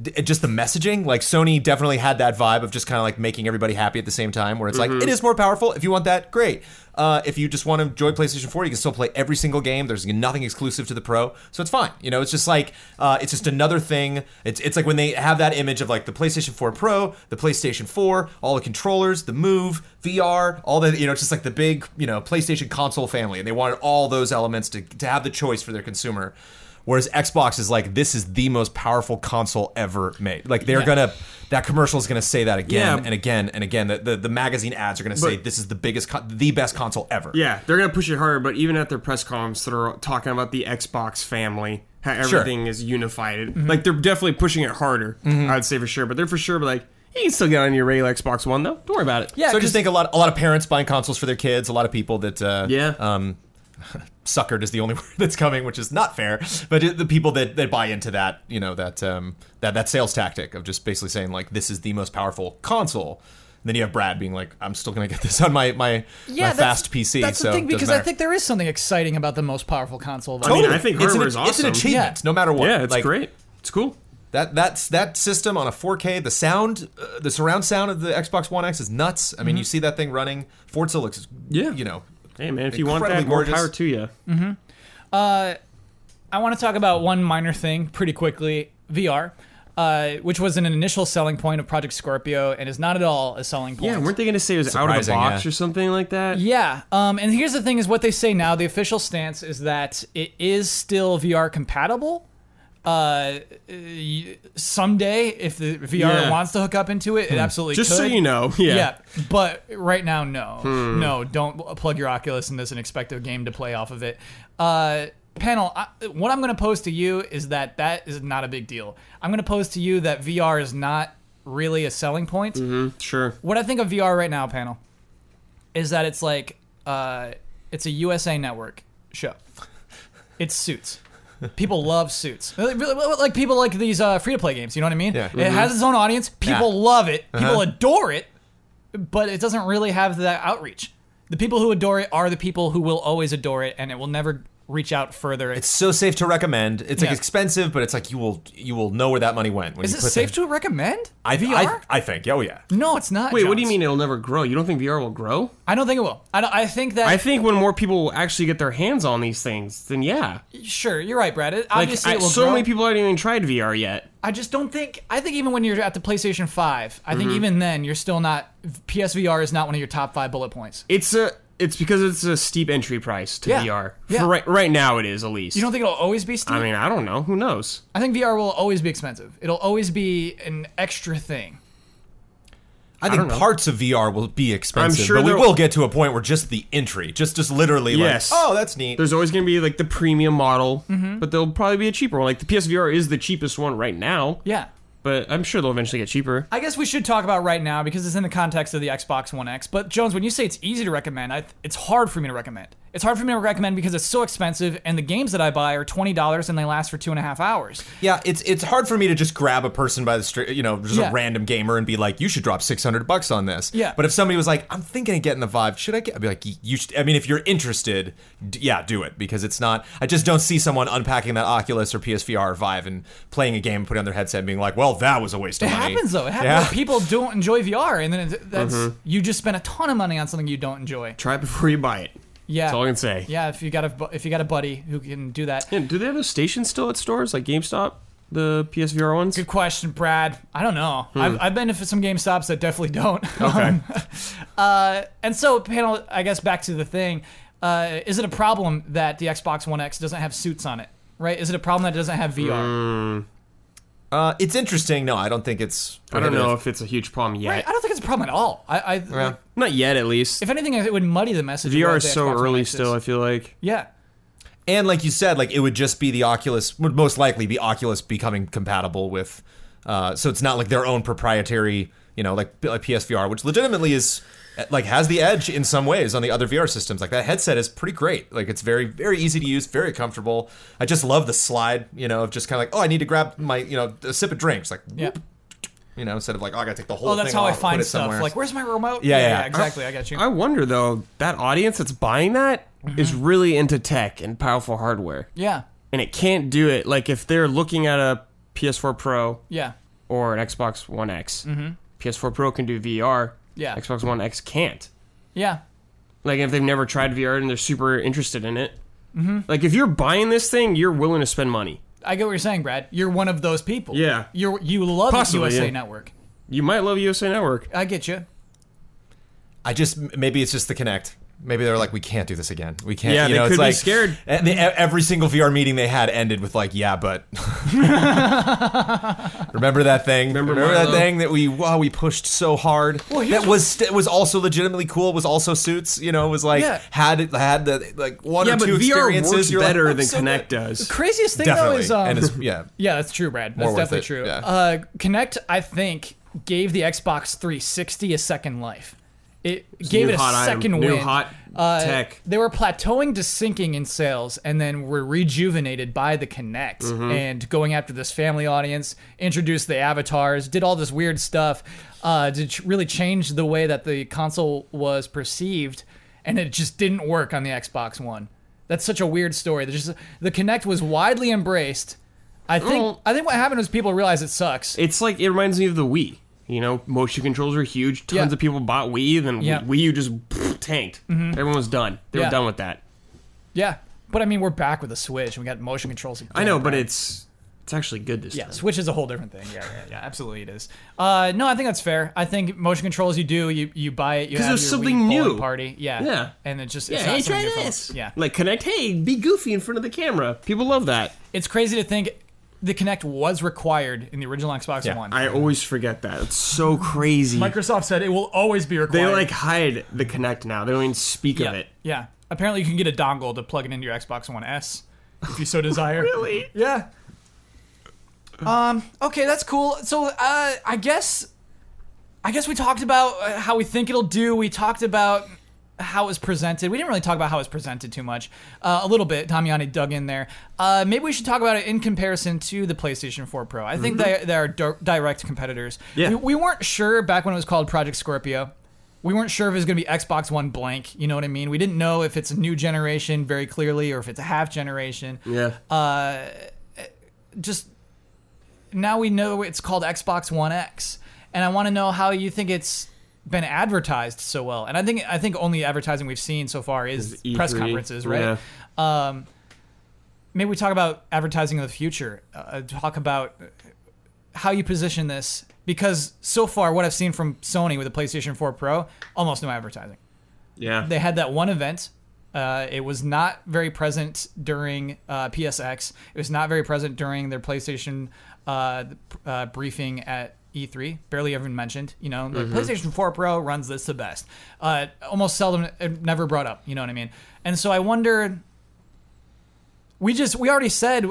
d- it- Just the messaging, like Sony definitely had that vibe of just kind of like making everybody happy at the same time, where it's like it is more powerful. If you want that, great. Uh, if you just want to enjoy PlayStation 4, you can still play every single game. There's nothing exclusive to the Pro, so it's fine. You know, it's just like uh, it's just another thing. It's it's like when they have that image of like the PlayStation 4 Pro, the PlayStation 4, all the controllers, the Move, VR, all the you know, it's just like the big you know PlayStation console family, and they wanted all those elements to to have the choice for their consumer. Whereas Xbox is like, this is the most powerful console ever made. Like they're Yeah. gonna that commercial is gonna say that again Yeah. and again and again. The, the the magazine ads are gonna say But- this is the biggest, con- the best console ever. Yeah, they're gonna push it harder. But even at their press conference, they're talking about the Xbox family, how everything is unified. Like they're definitely pushing it harder. I'd say for sure. But they're for sure like you can still get on your regular Xbox One though. Don't worry about it. Yeah. so I just 'cause- think a lot a lot of parents buying consoles for their kids. A lot of people that uh, Yeah. um, suckered is the only word that's coming, which is not fair. But it, the people that, that buy into that, you know, that um, that that sales tactic of just basically saying like this is the most powerful console. And then you have Brad being like, I'm still gonna get this on my my, my that's- fast PC. That's so the thing it doesn't because I matter. think there is something exciting about the most powerful console. of all I mean, time. I think it's an, hardware is It's an awesome. achievement, no matter what. Yeah, it's Like, great. It's cool. That that's that system on a 4K, the sound, uh, the surround sound of the Xbox One X is nuts. I mean, you see that thing running. Forza looks, Mm-hmm. Yeah. you know, Hey man, if you want that, Incredibly more gorgeous. power to you. Uh, I want to talk about one minor thing pretty quickly VR, uh, which was an initial selling point of Project Scorpio and is not at all a selling point. Yeah, weren't they gonna say it was out of the Surprising, box yeah. or something like that? Yeah, um, and here's the thing: is what they say now. The official stance is that it is still VR compatible. Uh, y- someday, if the VR Yeah. Hmm. wants to hook up into it, it absolutely Just could. so you know. Yeah. Yeah. but right now, no, no, don't plug your Oculus in this and expect a game to play off of it. Uh, panel, I, what I'm going to pose to you is that that is not a big deal. I'm going to pose to you that VR is not really a selling point. Sure. What I think of VR right now, panel, is that it's like uh, it's a USA Network show. It's suits. People love suits. Like really- like, people like these uh, free to play games. You know what I mean? Yeah. Mm-hmm. It has its own audience. People Yeah. love it. Uh-huh. People adore it, but it doesn't really have that outreach. The people who adore it are the people who will always adore it, and it will never reach out further. it's so safe to recommend. It's like Yeah. expensive, but it's like you will you will know where that money went. When is you it put safe that- to recommend I, VR? I I think. Oh yeah. no, it's not. Wait, what do you Jones. mean it'll never grow? You don't think VR will grow? I don't think it will. I, don't, I think that I think when more people actually get their hands on these things, then yeah. sure, you're right, Brad. It, Like obviously, I- it will so grow. many people haven't even tried VR yet. I just don't think. I think even when you're at the PlayStation 5, I think even then you're still not. PSVR is not one of your top five bullet points. It's a it's because it's a steep entry price to Yeah. VR. Yeah. For right right now it is at least. You don't think it'll always be steep? I mean, I don't know. Who knows? I think VR will always be expensive. It'll always be an extra thing. I think don't know. parts of VR will be expensive, sure but we there- will get to a point where just the entry, just just literally, Yes. like, oh, that's neat. There's always going to be like the premium model, Mm-hmm. but there'll probably be a cheaper one. Like the PSVR is the cheapest one right now, Yeah. but I'm sure they'll eventually get cheaper. I guess we should talk about right now because it's in the context of the Xbox One X. But Jones, when you say it's easy to recommend, I, it's hard for me to recommend. It's hard for me to recommend because it's so expensive, and the games that I buy are twenty dollars and they last for two and a half hours. Yeah, it's it's hard for me to just grab a person by the street, you know, just Yeah. a random gamer and be like, you should drop six hundred bucks on this. Yeah. But if somebody was like, I'm thinking of getting the Vive, should I get? I'd be like, "Y- you should. I mean, if you're interested, d- yeah, do it because it's not. I just don't see someone unpacking that Oculus or PSVR or Vive and playing a game, putting on their headset, and being like, well, that was a waste It of money. happens though. It happens. Yeah. People don't enjoy VR, and then it, that's you just spent a ton of money on something you don't enjoy. Try it before you buy it. Yeah, That's all I can say. Yeah, if you got a bu- if you got a buddy who can do that. Yeah, do they have a station still at stores like GameStop? The PSVR ones? Good question, Brad. I don't know. I've, I've been to some Game Stops that definitely don't. Hmm. Um, Okay. uh, and so, panel, I guess back to the thing. Uh, is it a problem that the Xbox One X doesn't have suits on it? Right? Is it a problem that it doesn't have Mm, VR? Uh, it's interesting. No, I don't think it's. I don't know prohibitive. if it's a huge problem yet. Right? I don't think it's a problem at all. I, I Not yet, at least. if anything, it would muddy the message. of VR what is the so Xbox One early X is. still, I feel like. Yeah. And like you said, like it would just be the Oculus would most likely be Oculus becoming compatible with. Uh, so it's not like their own proprietary, you know, like, like PSVR, which legitimately is like has the edge in some ways on the other VR systems. Like that headset is pretty great. Like it's very very easy to use, very comfortable. I just love the slide, you know, of just kind of like oh I need to grab my you know a sip of drinks, like Yeah. you know, instead of like oh I gotta take the whole. Oh, that's thing how I off, put find it stuff. somewhere. Like, where's my remote? Yeah, yeah. exactly. I got you. I wonder, though, that audience that's buying that is really into tech and powerful hardware. yeah. And it can't do it. Like, if they're looking at a PS4 Pro Yeah. or an Xbox One X, PS4 Pro can do VR. Yeah. Xbox One X can't. Yeah. Like, if they've never tried VR and they're super interested in it. Like, if you're buying this thing, you're willing to spend money. I get what you're saying, Brad. You're one of those people. Yeah. You're you love Possibly, USA yeah. Network. You might love USA Network. I get you. I just m- maybe it's just the connect. Maybe they're like, we can't do this again. We can't. Yeah, you they know, could it's be like, scared. And they, e- every single VR meeting they had ended with like, yeah, but remember that thing? Remember that Milo? thing that we wow, we pushed so hard. here's that was st- was also legitimately cool. Was also suits. You know, was like Yeah. had had the like one Yeah, or but VR two experiences. works You're like, better "I'm than so Connect glad." does. Craziest thing though Definitely, is um, and it's yeah. yeah, that's true, Brad. That's More worth definitely it, true. yeah. Uh, Connect, I think, gave the Xbox 360 a second life. It gave new it a hot item. second New wind. Uh, hot tech. They were plateauing to sinking in sales, and then were rejuvenated by the Connect Mm-hmm. and going after this family audience. Introduced the avatars, did all this weird stuff uh, to ch- really change the way that the console was perceived, and it just didn't work on the Xbox One. That's such a weird story. There's just, the Connect was widely embraced. I think Well- I think what happened was people realized it sucks. It's like it reminds me of the Wii. You know, motion controls are huge. Tons Yeah. of people bought Wii, then Yeah. Mm-hmm. Wii U just pfft, tanked. Everyone was done. They Yeah. were done with that. yeah, but I mean we're back with the Switch and we got motion controls. Again, I know, but right? it's it's actually good this yeah, time. Switch is a whole different thing. Yeah, yeah, yeah absolutely it is. Uh, no, I think that's fair. I think motion controls you do you you buy it you have there's your something Wii bowling new. party yeah Yeah. and it just Yeah, it's not hey, something try you follow. this. yeah Like connect. Hey, be goofy in front of the camera. People love that. it's crazy to think the Kinect was required in the original Xbox Yeah, One. I always forget that. It's so crazy. Mm-hmm. Microsoft said it will always be required. they like hide the connect now. They don't even speak yeah, of it. yeah. Apparently, you can get a dongle to plug it into your Xbox One S if you so desire. Really? Yeah. Um. Okay, that's cool. So, uh, I guess, I guess we talked about uh, how we think it'll do. We talked about how it was presented. We didn't really talk about how it was presented too much. Uh, a little bit. Damiani dug in there. Uh, maybe we should talk about it in comparison to the PlayStation 4 Pro. I think they they are dir- direct competitors. Yeah. We, we weren't sure back when it was called Project Scorpio. We weren't sure if it was going to be Xbox One blank. You know what I mean? We didn't know if it's a new generation very clearly or if it's a half generation Yeah. Uh, just now we know it's called Xbox One X, and I want to know how you think it's been advertised so well. And I think I think only advertising we've seen so far is E3, press conferences, right? Um, maybe we talk about advertising of the future. Uh, talk about how you position this because so far what I've seen from Sony with the PlayStation 4 Pro, almost no advertising yeah. they had that one event. Uh, it was not very present during uh, PSX. It was not very present during their PlayStation uh, uh, briefing at E3. Barely ever mentioned. You know, like PlayStation 4 Pro runs this the best. Uh, almost seldom, it never brought up. You know what I mean? And so I wonder. We just we already said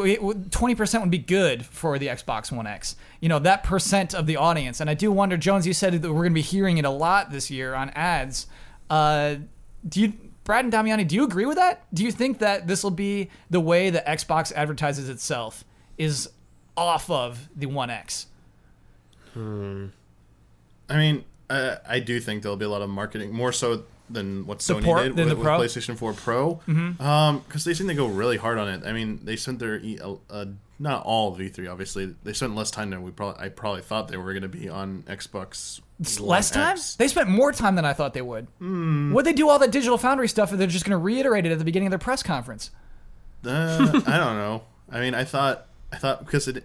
twenty percent would be good for the Xbox One X. You know that percent of the audience, and I do wonder, Jones. You said that we're going to be hearing it a lot this year on ads. Uh, do you Brad and Damiani, do you agree with that? Do you think that this will be the way that Xbox advertises itself is off of the One X? I mean, uh, I do think there'll be a lot of marketing, more so than what Sony Support did than the with, with Pro? Mm-hmm. PlayStation 4 Pro. Because they seem to go really hard on it. I mean, they spent their E- uh, not all of E3, obviously. They spent less time than we probably I probably thought they were going to be on Xbox. One Less time? X. Hmm. They spent more time than I thought they would. Would they do all that digital foundry stuff and they're just going to reiterate it at the beginning of their press conference? Uh, I don't know. I mean, I thought I thought because it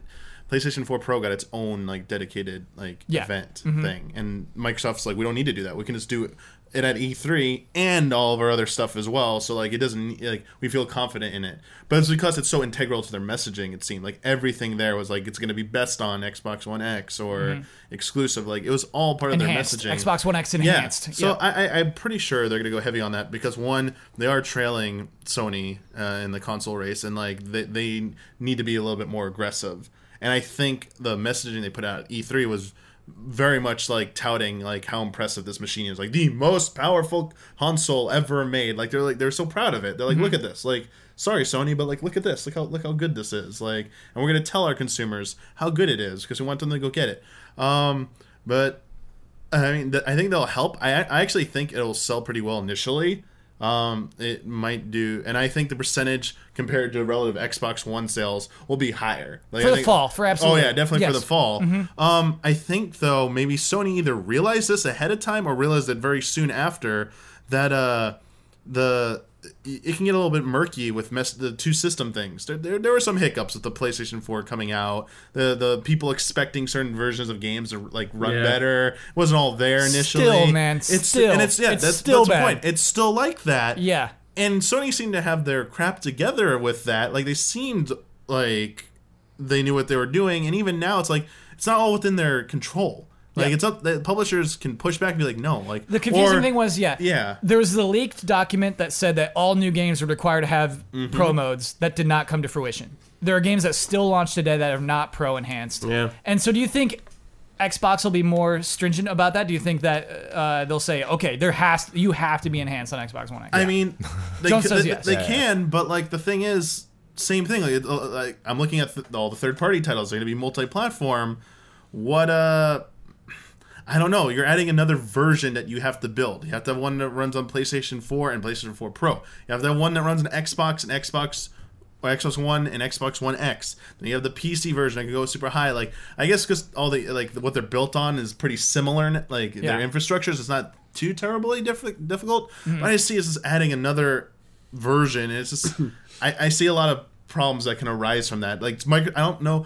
PlayStation 4 Pro got its own like dedicated like Yeah. Mm-hmm. event thing, and Microsoft's like, we don't need to do that. We can just do it, it at E3 and all of our other stuff as well. So like, it doesn't like we feel confident in it, but it's because it's so integral to their messaging. It seemed like everything there was like it's going to be best on Xbox One X or exclusive. Like it was all part of Mm-hmm. Enhanced. their messaging. Xbox One X enhanced. Yeah. So I, I, I'm pretty sure they're going to go heavy on that because one, they are trailing Sony uh, in the console race, and like they, they need to be a little bit more aggressive. And I think the messaging they put out at E3 was very much like touting like how impressive this machine is, like the most powerful console ever made. Like they're like they're so proud of it. They're like, look at this, like. Sorry, Sony, but like, look at this. Look how look how good this is. Like, and we're gonna tell our consumers how good it is because we want them to go get it. Um, but I mean, th- I think that'll help. I, I actually think it'll sell pretty well initially. Um, it might do, and I think the percentage compared to relative Xbox One sales will be higher Like, For I the think- fall, for absolutely. Oh yeah, definitely for Yes. the fall. Mm-hmm. Um, I think though maybe Sony either realized this ahead of time or realized it very soon after that uh, the it can get a little bit murky with mess- the two system things. There, there, there were some hiccups with the PlayStation 4 coming out. The the people expecting certain versions of games to like run Yeah. better it wasn't all there initially. Still, man, it's still. and it's yeah. It's that's still that's the bad. point. It's still like that. Yeah. And Sony seemed to have their crap together with that. Like they seemed like they knew what they were doing, and even now it's like it's not all within their control. Like Yeah. it's up. The publishers can push back and be like, no, like The confusing or- thing was, yeah, yeah. There was the leaked document that said that all new games were required to have Mm-hmm. pro modes that did not come to fruition. There are games that still launch today that are not pro enhanced. Yeah. And so, do you think Xbox will be more stringent about that? Do you think that uh, they'll say, okay, there has you have to be enhanced on Xbox One X? I mean, they, John c- says they, yes. they Yeah, can, but like the thing is, same thing. Like, it- uh, like I'm looking at th- all the third-party titles; they're going to be multi-platform. What uh I don't know. You're adding another version that you have to build. You have to have one that runs on PlayStation 4 and PlayStation 4 Pro. You have to have one that runs on Xbox and Xbox or Xbox One and Xbox One X. Then you have the PC version that can go super high. Like I guess because all the like what they're built on is pretty similar. Like Yeah. their infrastructures, it's not too terribly diff- difficult. Mm-hmm. But I see is just adding another version. And it's just I, I see a lot of problems that can arise from that. Like it's micro, I don't know.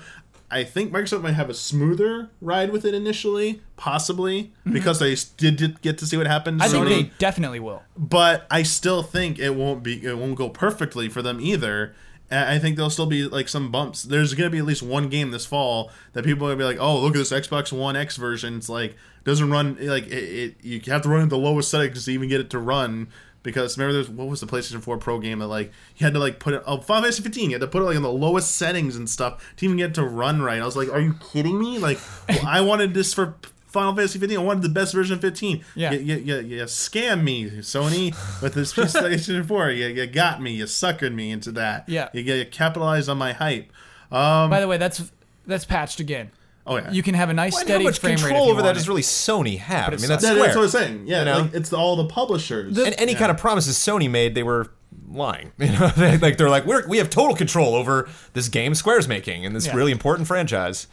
I think Microsoft might have a smoother ride with it initially, possibly because they s- did, did get to see what happened. to Mm-hmm. I think Sony. they definitely will. but I still think it won't be it won't go perfectly for them either. And I think there'll still be like some bumps. There's gonna be at least one game this fall that people will be like, "Oh, look at this Xbox One X version. It's like doesn't run like it, it. You have to run at the lowest settings to even get it to run." Because remember, there's what was the PlayStation 4 Pro game that like you had to like put it oh Final Fantasy 15, you had to put it like on the lowest settings and stuff to even get it to run right. I was like, "Are you kidding me?" Like well, I wanted this for Final Fantasy 15. I wanted the best version of 15. Yeah. Y- you, you, you scam me, Sony, with this PlayStation 4. You, you got me. You suckered me into that. Yeah. You, you capitalized on my hype. Um, By the way, that's that's patched again. Oh, yeah. You can have a nice And steady how much frame rate. if control you over that want does it. really Sony have? I it mean, that's sucks. That- square. that's what I'm saying. Yeah, You know? like, it's all the publishers. and any kind of promises Sony made, they were lying. You know, they, like they're like we're, we have total control over this game Square's making and this Yeah. really important franchise.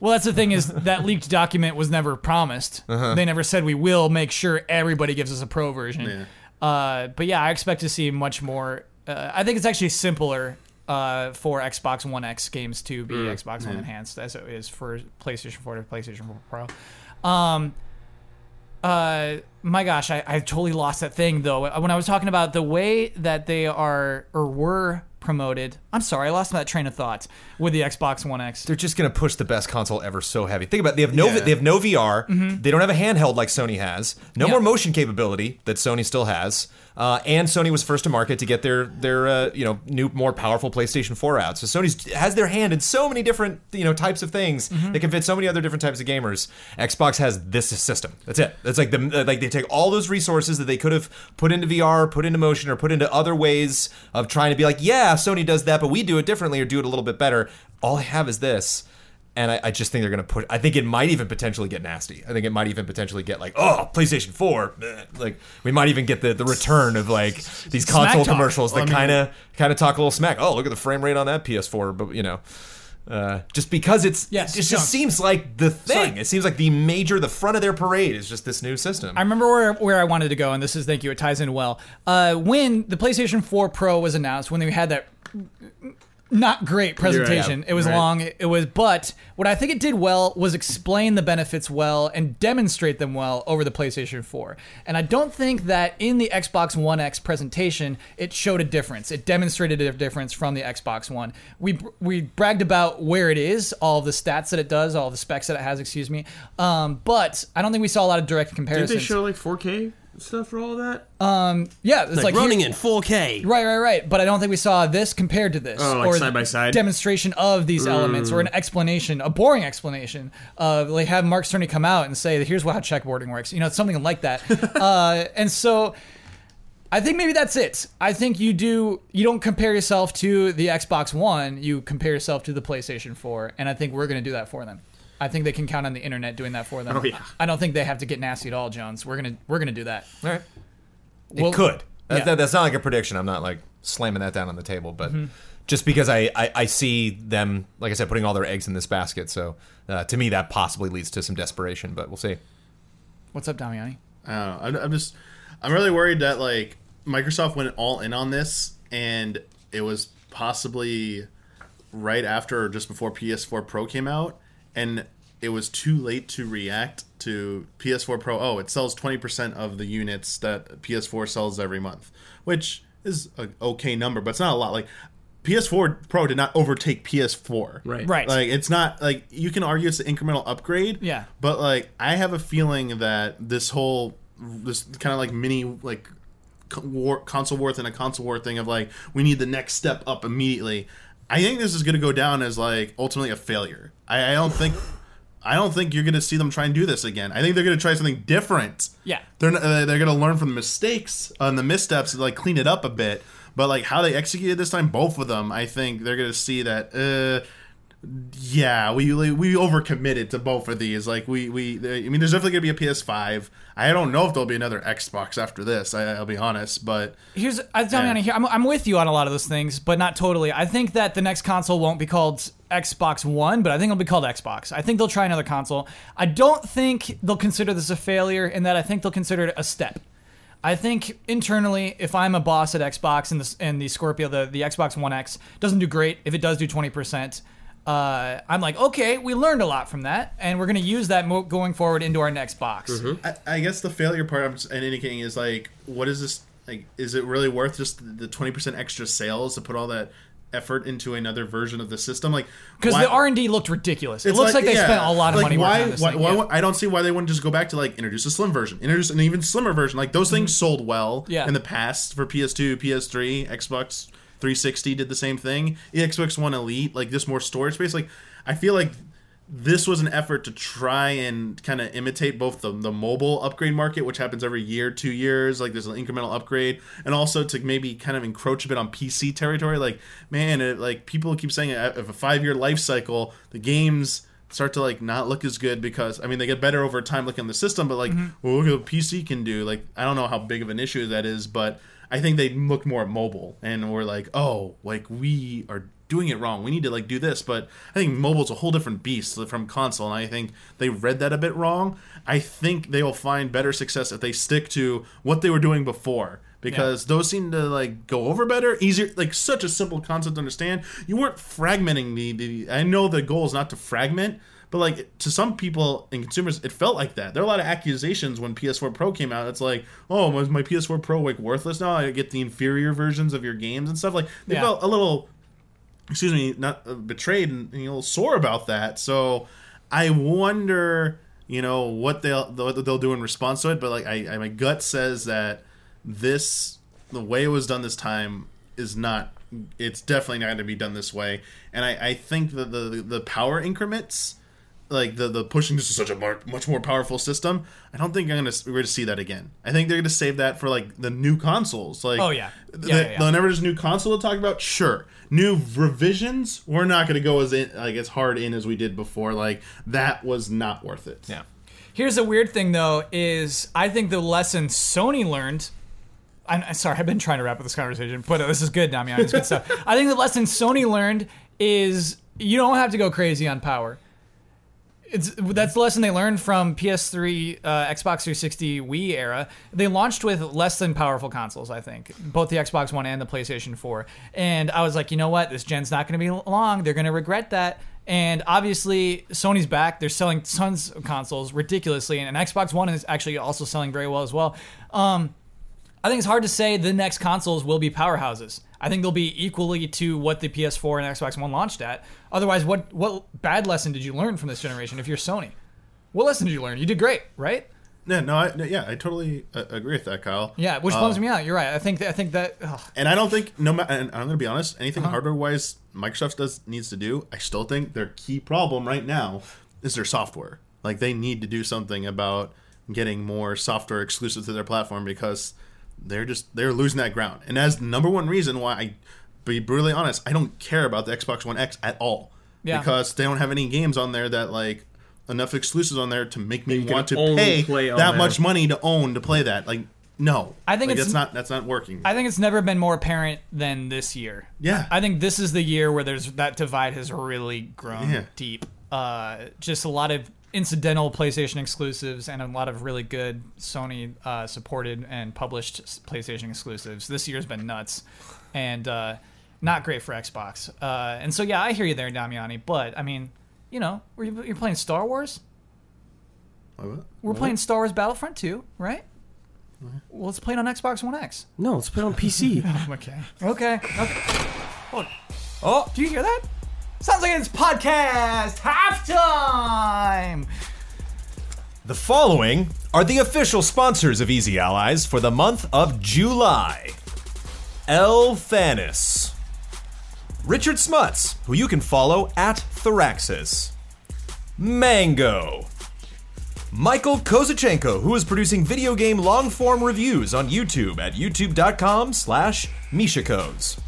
Well, that's the thing is that leaked document was never promised. They never said we will make sure everybody gives us a pro version. Uh, but yeah, I expect to see much more. Uh, I think it's actually simpler uh, for Xbox One X games to be Xbox One enhanced as it is for PlayStation 4 to PlayStation 4 Pro. Um, uh, my gosh, Uh, I, I totally lost that thing though. When I was talking about the way that they are or were promoted. I'm sorry, I lost that train of thought with the Xbox One X. They're just gonna push the best console ever so heavy. Think about it, they have no Yeah. they have no VR. They don't have a handheld like Sony has. No Yeah. more motion capability that Sony still has. Uh, and Sony was first to market to get their their uh, you know new more powerful PlayStation 4 out. So Sony's has their hand in so many different you know types of things that can fit so many other different types of gamers. Xbox has this system. That's it. That's like the like they take all those resources that they could have put into VR, put into motion, or put into other ways of trying to be like, yeah, Sony does that, but we do it differently or do it a little bit better. All I have is this. And I, I just think they're going to push. I think it might even potentially get nasty. I think it might even potentially get like, oh, PlayStation Four. bleh. Like we might even get the, the return of like these console talk. commercials that Well, I mean- kind of kind of talk a little smack. Oh, look at the frame rate on that PS4. But you know, uh, just because it's Yes, it junk. just seems like the thing. Sorry. It seems like the major, the front of their parade is just this new system. I remember where, where I wanted to go, and this is thank you. It ties in well. Uh, when the PlayStation 4 Pro was announced, when they had that not great presentation, it was Right. long. It it was, but what I think it did well was explain the benefits well and demonstrate them well over the PlayStation 4. And I don't think that in the Xbox One X presentation, it showed a difference. It demonstrated a difference from the Xbox One. We we bragged about where it is, all the stats that it does, all the specs that it has. Excuse me. Um, but I don't think we saw a lot of direct Did they comparisons. show like 4K stuff for all that? yeah, it's like, running here- in 4K. Right, right, right. But I don't think we saw this compared to this, Oh, like side by side? Mm. demonstration of these elements, or an explanation, a boring explanation of like have Mark Cerny come out and say, "Here's how checkboarding works," you know, something like that. uh, and so, I think maybe that's it. I think you do. You don't compare yourself to the Xbox One. You compare yourself to the PlayStation Four, and I think we're going to do that for them. I think they can count on the internet doing that for them. Oh, yeah. I don't think they have to get nasty at all, Jones. We're gonna we're gonna do that. All right. Well- it could. That, Yeah. that- that's not like a prediction. I'm not like slamming that down on the table, but Mm-hmm. just because I, I, I see them, like I said, putting all their eggs in this basket. So uh, to me, that possibly leads to some desperation, but we'll see. What's up, Damiani? I don't know. I'm, I'm just, I'm really worried that like Microsoft went all in on this, and it was possibly right after or just before PS4 Pro came out, and it was too late to react to PS4 Pro. Oh, it sells 20% of the units that PS4 sells every month, which is a okay number, but it's not a lot. Like PS4 Pro did not overtake PS4. Right. Right. Like it's not like you can argue it's an incremental upgrade. Yeah. But like I have a feeling that this whole this kind of like mini like co- war console war thing a console war thing of like we need the next step up immediately. I think this is going to go down as like ultimately a failure. I, I don't think I don't think you're going to see them try and do this again. I think they're going to try something different. Yeah. They're not, uh, they're going to learn from the mistakes and the missteps and like clean it up a bit. But like how they executed this time, both of them, I think they're going to see that. Uh, yeah, we we overcommitted to both of these. Like we we, I mean, there's definitely gonna be a PS5. I don't know if there'll be another Xbox after this. I, I'll be honest, but Here's I'm telling you, here I'm, I'm with you on a lot of those things, but not totally. I think that the next console won't be called Xbox One, but I think it'll be called Xbox. I think they'll try another console. I don't think they'll consider this a failure, in that I think they'll consider it a step. I think internally, if I'm a boss at Xbox and the and the Scorpio, the the Xbox One X doesn't do great. If it does do 20 percent. Uh, I'm like, okay, we learned a lot from that, and we're gonna use that mo- going forward into our next box. I, I guess the failure part I'm just indicating is like, what is this? Like, is it really worth just the 20% extra sales to put all that effort into another version of the system? Like, Because why- the R and D looked ridiculous. It It's looks like, they yeah, spent a lot of like, money. Why? working on this why, thing. why Yeah. I don't see why they wouldn't just go back to like introduce a slim version, introduce an even slimmer version. Like those things sold well Yeah. in the past for PS2, PS3, Xbox 360 did the same thing. The Xbox One Elite, like this more storage space. Like I feel like this was an effort to try and kind of imitate both the, the mobile upgrade market which happens every year two years like there's an incremental upgrade and also to maybe kind of encroach a bit on pc territory like man it, like people keep saying uh, of a five year life cycle the games start to like not look as good because i mean they get better over time looking on the system but like well, look at what pc can do like i don't know how big of an issue that is but i think they look more at mobile and we're like oh like we are doing it wrong. We need to like do this. But I think mobile's a whole different beast from console, and I think they read that a bit wrong. I think they will find better success if they stick to what they were doing before. Because those seem to like go over better, easier, like such a simple concept to understand. You weren't fragmenting the the. I know the goal is not to fragment, But like to some people and consumers, it felt like that. There are a lot of accusations when PS4 Pro came out. It's like, oh, was my PS4 Pro like worthless now? I get the inferior versions of your games and stuff. Like they Yeah. felt a little excuse me, not uh, betrayed and, and a little sore about that. So I wonder, you know, what they'll what they'll do in response to it. But like, I, I my gut says that this the way it was done this time is not. It's definitely not going to be done this way. And I, I think that the, the the power increments. Like the the pushing this is such a mar- much more powerful system. I don't think I'm gonna we're gonna see that again. I think they're gonna save that for like the new consoles. Like Oh, yeah. the, Yeah, yeah, yeah. the whenever there's a new console to talk about, sure. New revisions, we're not going to go as in, like as hard in as we did before. Like that was not worth it. Yeah. Here's a weird thing though is I think the lesson Sony learned. I'm I'm sorry, I've been trying to wrap up this conversation, but uh, this is good, Damian. It's good stuff. I think the lesson Sony learned is you don't have to go crazy on power. It's that's the lesson they learned from PS3, uh, Xbox 360, Wii era. They launched with less than powerful consoles, I think, both the Xbox One and the PlayStation 4. And I was like, you know what? This gen's not going to be long. They're going to regret that. And obviously, Sony's back. They're selling tons of consoles ridiculously, and, and Xbox One is actually also selling very well as well. Um, I think it's hard to say the next consoles will be powerhouses. I think they'll be equally to what the PS4 and Xbox One launched at. Otherwise, what what bad lesson did you learn from this generation if you're Sony? What lesson did you learn? You did great, right? Yeah. No. I, no, yeah. I totally uh, agree with that, Kyle. Yeah, which bums me out. You're right. I think I think that ugh, And I don't think no. ma- And I'm going to be honest. Anything Uh-huh. hardware wise, Microsoft does needs to do. I still think their key problem right now is their software. Like they need to do something about getting more software exclusive to their platform because they're just they're losing that ground. And that's the number one reason why I be brutally honest, I don't care about the Xbox One X at all. Yeah. Because they don't have any games on there that like enough exclusives on there to make me you can want to only pay play on that there. much money to own to play that. Like no. I think Like, it's- that's not that's not working. I think it's never been more apparent than this year. Yeah. I think this is the year where there's that divide has really grown Yeah. deep. Uh, just a lot of incidental PlayStation exclusives and a lot of really good Sony uh, supported and published s- PlayStation exclusives. This year's been nuts, and uh, not great for Xbox. Uh, and so yeah, I hear you there, Damiani. But I mean, you know, were you, you're playing Star Wars. We're playing Star Wars Battlefront 2, right? Well, let's play it on Xbox One X. No, let's put it on PC. Okay. Okay. Okay. Oh, Do you hear that? Sounds like it's podcast halftime. the following are the official sponsors of Easy Allies for the month of July. L. Thanis. Richard Smuts, who you can follow at Thoraxis. Mango. Michael Kozachenko, who is producing video game long-form reviews on YouTube at youtube.com slash mishacodes.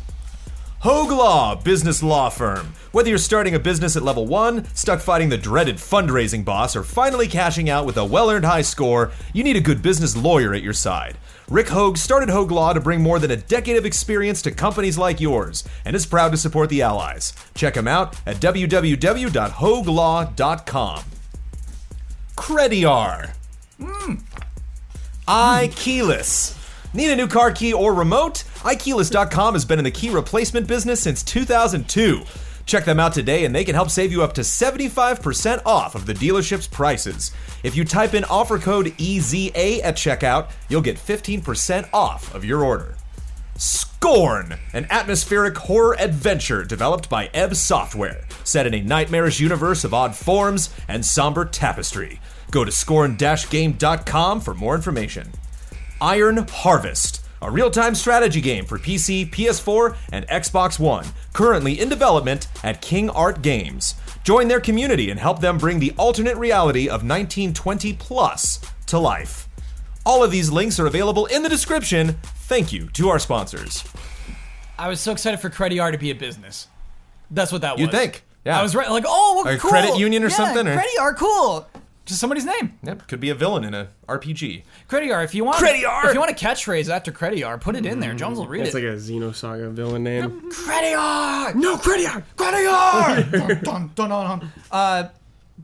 Hoag Law, business law firm. Whether you're starting a business at level one, stuck fighting the dreaded fundraising boss, or finally cashing out with a well earned high score, you need a good business lawyer at your side. Rick Hoag started Hoag Law to bring more than a decade of experience to companies like yours and is proud to support the allies. Check him out at www.hoaglaw.com. Crediar. iKeyless. Need a new car key or remote? iKeyless.com has been in the key replacement business since 2002. Check them out today and they can help save you up to 75% off of the dealership's prices. If you type in offer code EZA at checkout, you'll get 15% off of your order. Scorn, an atmospheric horror adventure developed by Ebb Software, set in a nightmarish universe of odd forms and somber tapestry. Go to scorn-game.com for more information. Iron Harvest, a real-time strategy game for PC, PS4, and Xbox One, currently in development at King Art Games. Join their community and help them bring the alternate reality of 1920 plus to life. All of these links are available in the description. Thank you to our sponsors. I was so excited for Credit R to be a business. That's what that You'd was. think, yeah. I was right. Like, oh, well, Like a cool. credit union or yeah, something, or- Credit R, cool. Just somebody's name. Yep, could be a villain in a RPG. Credit R. If you want, Credit R! If you want a catchphrase after Credit R, put it in there. Jones will read It's it. like a Xenosaga villain name. Credit R. no, Crediar! Credit R. dun, dun, dun, dun, dun. Uh,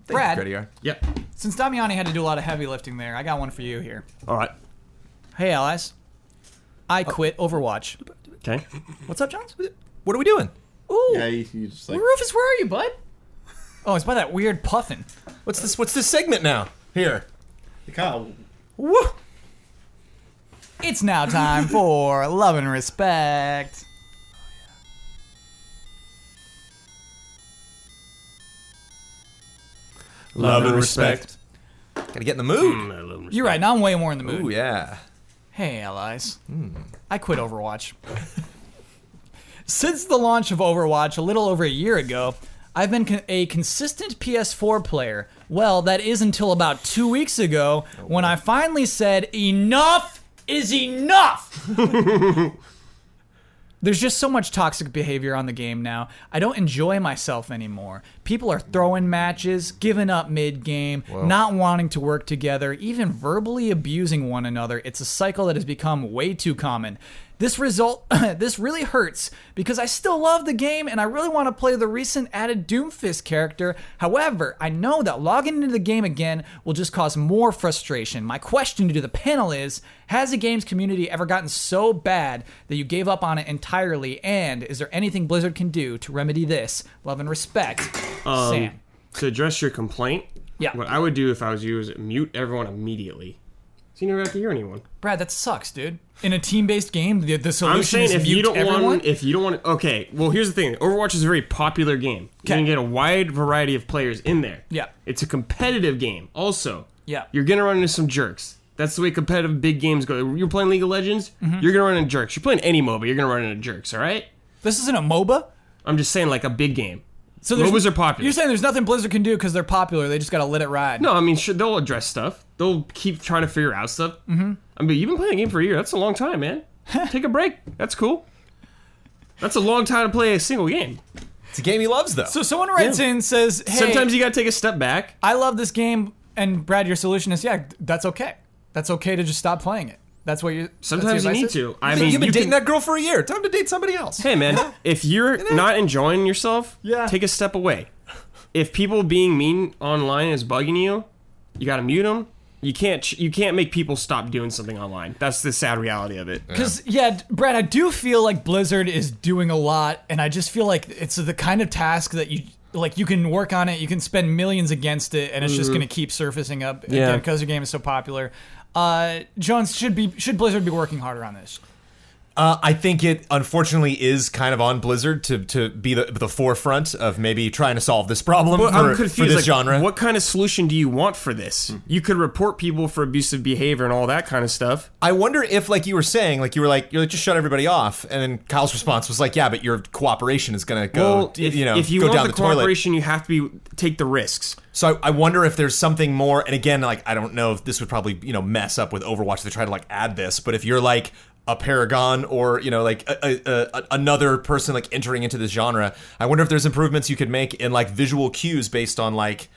Brad, Gradiar. Yep. since Damiani had to do a lot of heavy lifting there, I got one for you here. All right. Hey, allies. Oh. I quit Overwatch. Okay. What's up, Jones? What are we doing? Ooh. Yeah, you, you just like Rufus, where are you, bud? Oh, it's by that weird puffin. What's this? What's this segment now? Here. The cow. Woo! It's now time for love and respect. Love and respect. Gotta get in the mood. You're right. Now I'm way more in the Hmm. mood. Ooh yeah. Hey, allies. I quit Overwatch. Since the launch of Overwatch a little over a year ago, I've been con- a consistent PS4 player. Well, that is until about two weeks ago when I finally said, Enough is enough! There's just so much toxic behavior on the game now. I don't enjoy myself anymore. People are throwing matches, giving up mid game, not wanting to work together, even verbally abusing one another. It's a cycle that has become way too common. This result this really hurts because I still love the game and I really want to play the recent added Doomfist character. However, I know that logging into the game again will just cause more frustration. My question to the panel is, has the game's community ever gotten so bad that you gave up on it entirely and is there anything Blizzard can do to remedy this? Love and respect. Um, Sam. to address your complaint, Yeah. what I would do if I was you is mute everyone immediately. So you never have to hear anyone. Brad, that sucks, dude. In a team-based game, the, the solution I'm saying is if mute you don't everyone. want, if you don't want, okay. Well, here's the thing: Overwatch is a very popular game. You Okay. can get a wide variety of players in there. Yeah. it's a competitive game. Also, Yeah. you're gonna run into some jerks. That's the way competitive big games go. You're playing League of Legends, Mm-hmm. you're gonna run into jerks. You're playing any MOBA, you're gonna run into jerks. All right. this isn't a MOBA. I'm just saying, like a big game. So there's- MOBAs are popular. You're saying there's nothing Blizzard can do because they're popular. They just gotta let it ride. No, I mean, sure, they'll address stuff. They'll keep trying to figure out stuff. Mm-hmm. I mean, you've been playing the game for a year. That's a long time, man. Take a break. That's cool. That's a long time to play a single game. It's a game he loves though. So someone writes in says, "Hey, Sometimes you gotta take a step back. I love this game." And Brad, your solution is, "Yeah, that's okay. That's okay to just stop playing it." That's what you. Sometimes you need to. I mean, You've been you dating can- that girl for a year. Time to date somebody else. Hey, man, if you're not enjoying yourself, Yeah. take a step away. If people being mean online is bugging you, you gotta mute them. You can't. ch- You can't make people stop doing something online. That's the sad reality of it. Because yeah, d- Brad, I do feel like Blizzard is doing a lot, and I just feel like it's the kind of task that you like. You can work on it. You can spend millions against it, and it's just going to keep surfacing up Mm-hmm. Yeah. because your game is so popular. Uh, Jones should be should Blizzard be working harder on this? Uh, I think it unfortunately is kind of on Blizzard to, to be the, the forefront of maybe trying to solve this problem But for, I'm for confused. this like, genre. Hmm. What kind of solution do you want for this? You could report people for abusive behavior and all that kind of stuff. I wonder if, like you were saying, like you were like, you're like, just shut everybody off, and then Kyle's response was like, yeah, but your cooperation is gonna go, well, if you know, if you go want down the the, toilet. cooperation, you have to be take the risks. So I, I wonder if there's something more. And again, like I don't know if this would probably you know mess up with Overwatch to try to like add this, but if you're like a paragon or you know like a, a, a, another person like entering into this genre, I wonder if there's improvements you could make in like visual cues based on like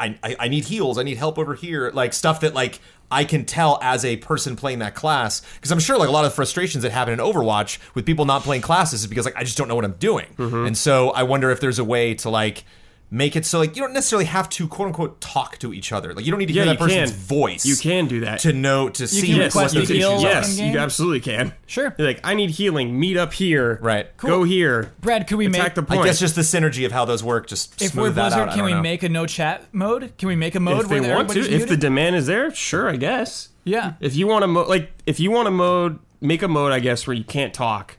I I, I need heals, I need help over here, like stuff that like. I can tell as a person playing that class because I'm sure like a lot of the frustrations that happen in Overwatch with people not playing classes is because like I just don't know what I'm doing, and so I wonder if there's a way to like make it so like you don't necessarily have to quote unquote talk to each other. Like you don't need to Yeah, hear you that person's can. voice. You can do that. to know to see can what request the to heal issues are. in-game? yes, you absolutely can. Sure. You're like, I need healing. Meet up here. Right. Go here. Brad, could we Attack make the point. I guess just the synergy of how those work just if we're smooth that Blizzard, out. I can don't we know. make a no chat mode? Can we make a mode if they where want to, everybody's if the muted? demand is there, sure, I guess. yeah, If you want to mo- like, if you want to mode, make a mode, I guess, where you can't talk,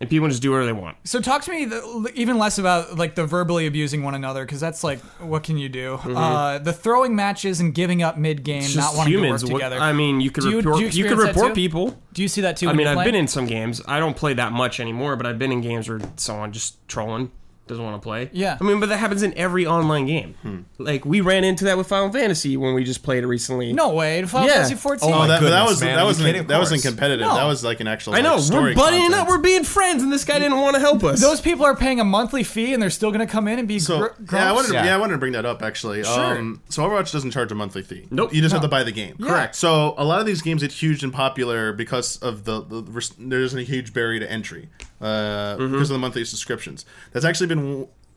and people just do whatever they want. So talk to me the, even less about like the verbally abusing one another because that's like what can you do? Uh, the throwing matches and giving up mid game, Mm-hmm. It's not just wanting humans. to work What- together. I mean, you could Do you- report. do you You, could experience that report too? people. do you see that too? I when mean, you I've play? been in some games. I don't play that much anymore, but I've been in games where someone just trolling doesn't want to play. Yeah. I mean, but that happens in every online game. Like we ran into that with Final Fantasy when we just played it recently. No way. Final Yeah. Fantasy 14. Oh, Oh, my that, but that goodness, was man, are that you wasn't kidding? Of that course. wasn't competitive. No. That was like an actual. I know Like, we're story buddying content. up. We're being friends, and this guy didn't want to help us. Those people are paying a monthly fee and they're still going to come in and be So gr- gross. yeah, I wanted to, Yeah. yeah. I wanted to bring that up actually. Um, so Overwatch doesn't charge a monthly fee. Nope. you just have to buy the game. Correct. So a lot of these games get huge and popular because of the, the res- there isn't a huge barrier to entry uh, Mm-hmm. because of the monthly subscriptions. That's actually been.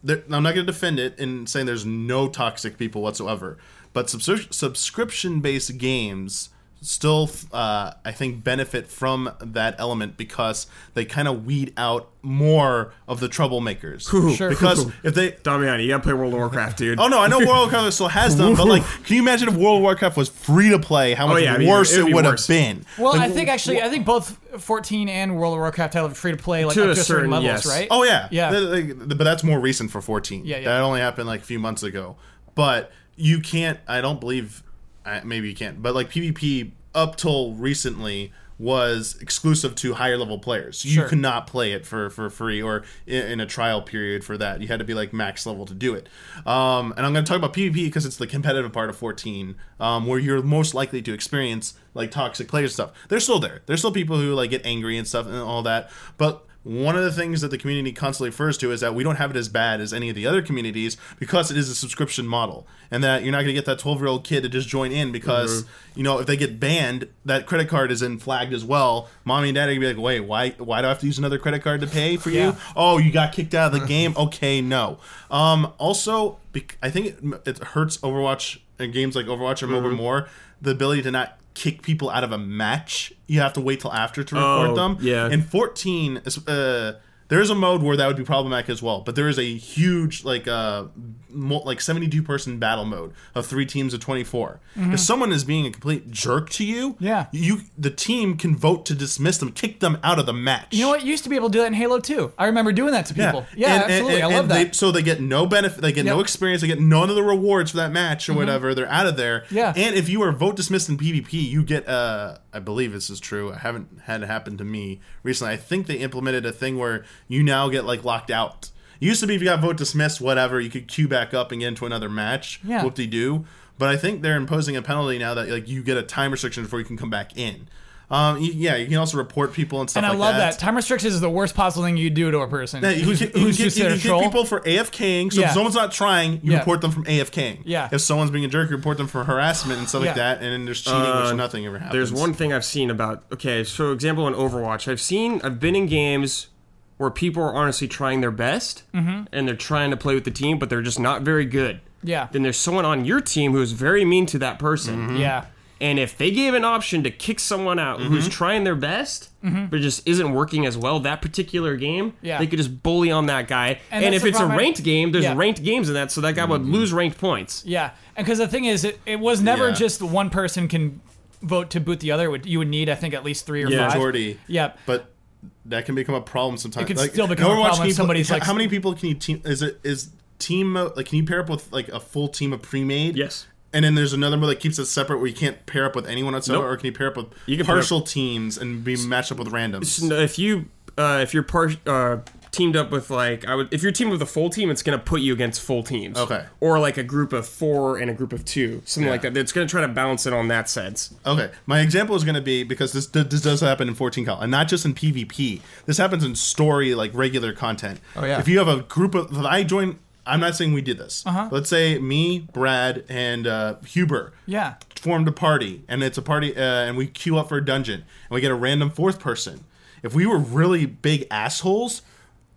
There, I'm not going to defend it in saying there's no toxic people whatsoever, but subscription based games still, uh, I think, benefit from that element because they kind of weed out more of the troublemakers. Sure. Because if they, Damiani, you gotta play World of Warcraft, dude. oh no, I know World of Warcraft still has them, but like, can you imagine if World of Warcraft was free to play? How much Oh, yeah, I mean, worse it'd it be would have worse. been. Well, I think actually, I think both 14 and World of Warcraft have free to play like To up a to certain, certain- levels, yes. right? Oh yeah, Yeah. Th- th- th- but that's more recent for 14. Yeah, yeah. That only happened like a few months ago. But you can't. I don't believe. I- Maybe you can't. But like PvP up till recently was exclusive to higher level players. You Sure. could not play it for for free or in, in a trial period for that. You had to be like max level to do it. Um, and I'm going to talk about PvP because it's the competitive part of 14, um, where you're most likely to experience like toxic player stuff. They're still there. There's still people who like get angry and stuff and all that. But one of the things that the community constantly refers to is that we don't have it as bad as any of the other communities because it is a subscription model, and that you're not going to get that 12 year old kid to just join in because Mm-hmm. you know if they get banned, that credit card is in flagged as well. Mommy and daddy are gonna be like, wait, why why do I have to use another credit card to pay for Yeah. you? Oh, you got kicked out of the game. Okay, no. Um, also, bec- I think it, it hurts Overwatch and games like Overwatch or Mm-hmm. MOBA more the ability to not kick people out of a match. You have to wait till after to report Oh, them. yeah. In 14, uh, there is a mode where that would be problematic as well, but there is a huge like uh mul- like 72 person battle mode of three teams of 24. If someone is being a complete jerk to you, Mm-hmm. Yeah. you the team can vote to dismiss them, kick them out of the match. You know what? You used to be able to do that in Halo 2. I remember doing that to people. Yeah, And- and- absolutely. and- I love and that. They, so they get no benefit, they get no Yep. Mm-hmm. experience, they get none of the rewards for that match or whatever. They're out of there. Yeah. And if you are vote dismissed in PvP, you get. Uh, I believe this is true. I haven't had it happen to me recently. I think they implemented a thing where you now get like locked out. It used to be if you got vote dismissed, whatever, you could queue back up and get into another match. Yeah. Whoop de doo. But I think they're imposing a penalty now that like you get a time restriction before you can come back in. Um, you- yeah, you can also report people and stuff and I like love that. Time restrictions is the worst possible thing you do to a person yeah, you who's, can, you who's can get, you considered can a get troll. people for AFKing. So Yeah. if someone's not trying, you Yeah. report them from AFKing. Yeah. If someone's being a jerk, you report them for harassment and stuff Yeah. like that. And then there's cheating, which nothing ever happens. Uh, There's one thing I've seen about okay, so example in Overwatch, I've seen I've been in games where people are honestly trying their best Mm-hmm. and they're trying to play with the team, but they're just not very good. Yeah. Mm-hmm. Then there's someone on your team who is very mean to that person. yeah. And if they gave an option to kick someone out who's Mm-hmm. trying their best, but just isn't working as well that particular game, Yeah. they could just bully on that guy. And And, that's if the it's a problem I- ranked game, there's Yeah. Mm-hmm. ranked games in that, so that guy would lose ranked points. Yeah, and because the thing is, it, it was never Yeah. just one person can vote to boot the other. Would- You would need, I think, at least three or Yeah. five. majority. Yep. But that can become a problem sometimes. It can still become a problem if somebody's like- how many people can you team? Is it is team mode like? Can you pair up with like a full team of pre-made? Yes. And then there's another mode that keeps it separate where you can't pair up with anyone whatsoever, Nope. or can you pair up with You can pair up- partial teams and be matched up with randoms? No, if you uh, if you're par- uh, teamed up with like I would if you're teamed with a full team, it's gonna put you against full teams. Okay. Or like a group of four and a group of two, something like that. It's gonna try to balance it on that sense. Okay, my example is going to be because this this does happen in 14 cal and not just in PvP. This happens in story like regular content. Oh yeah. If you have a group of that I join, I'm not saying we did this. Uh-huh. Let's say me, Brad, and uh, Huber. Yeah. Formed a party, and it's a party, uh, and we queue up for a dungeon, and we get a random fourth person. If we were really big assholes,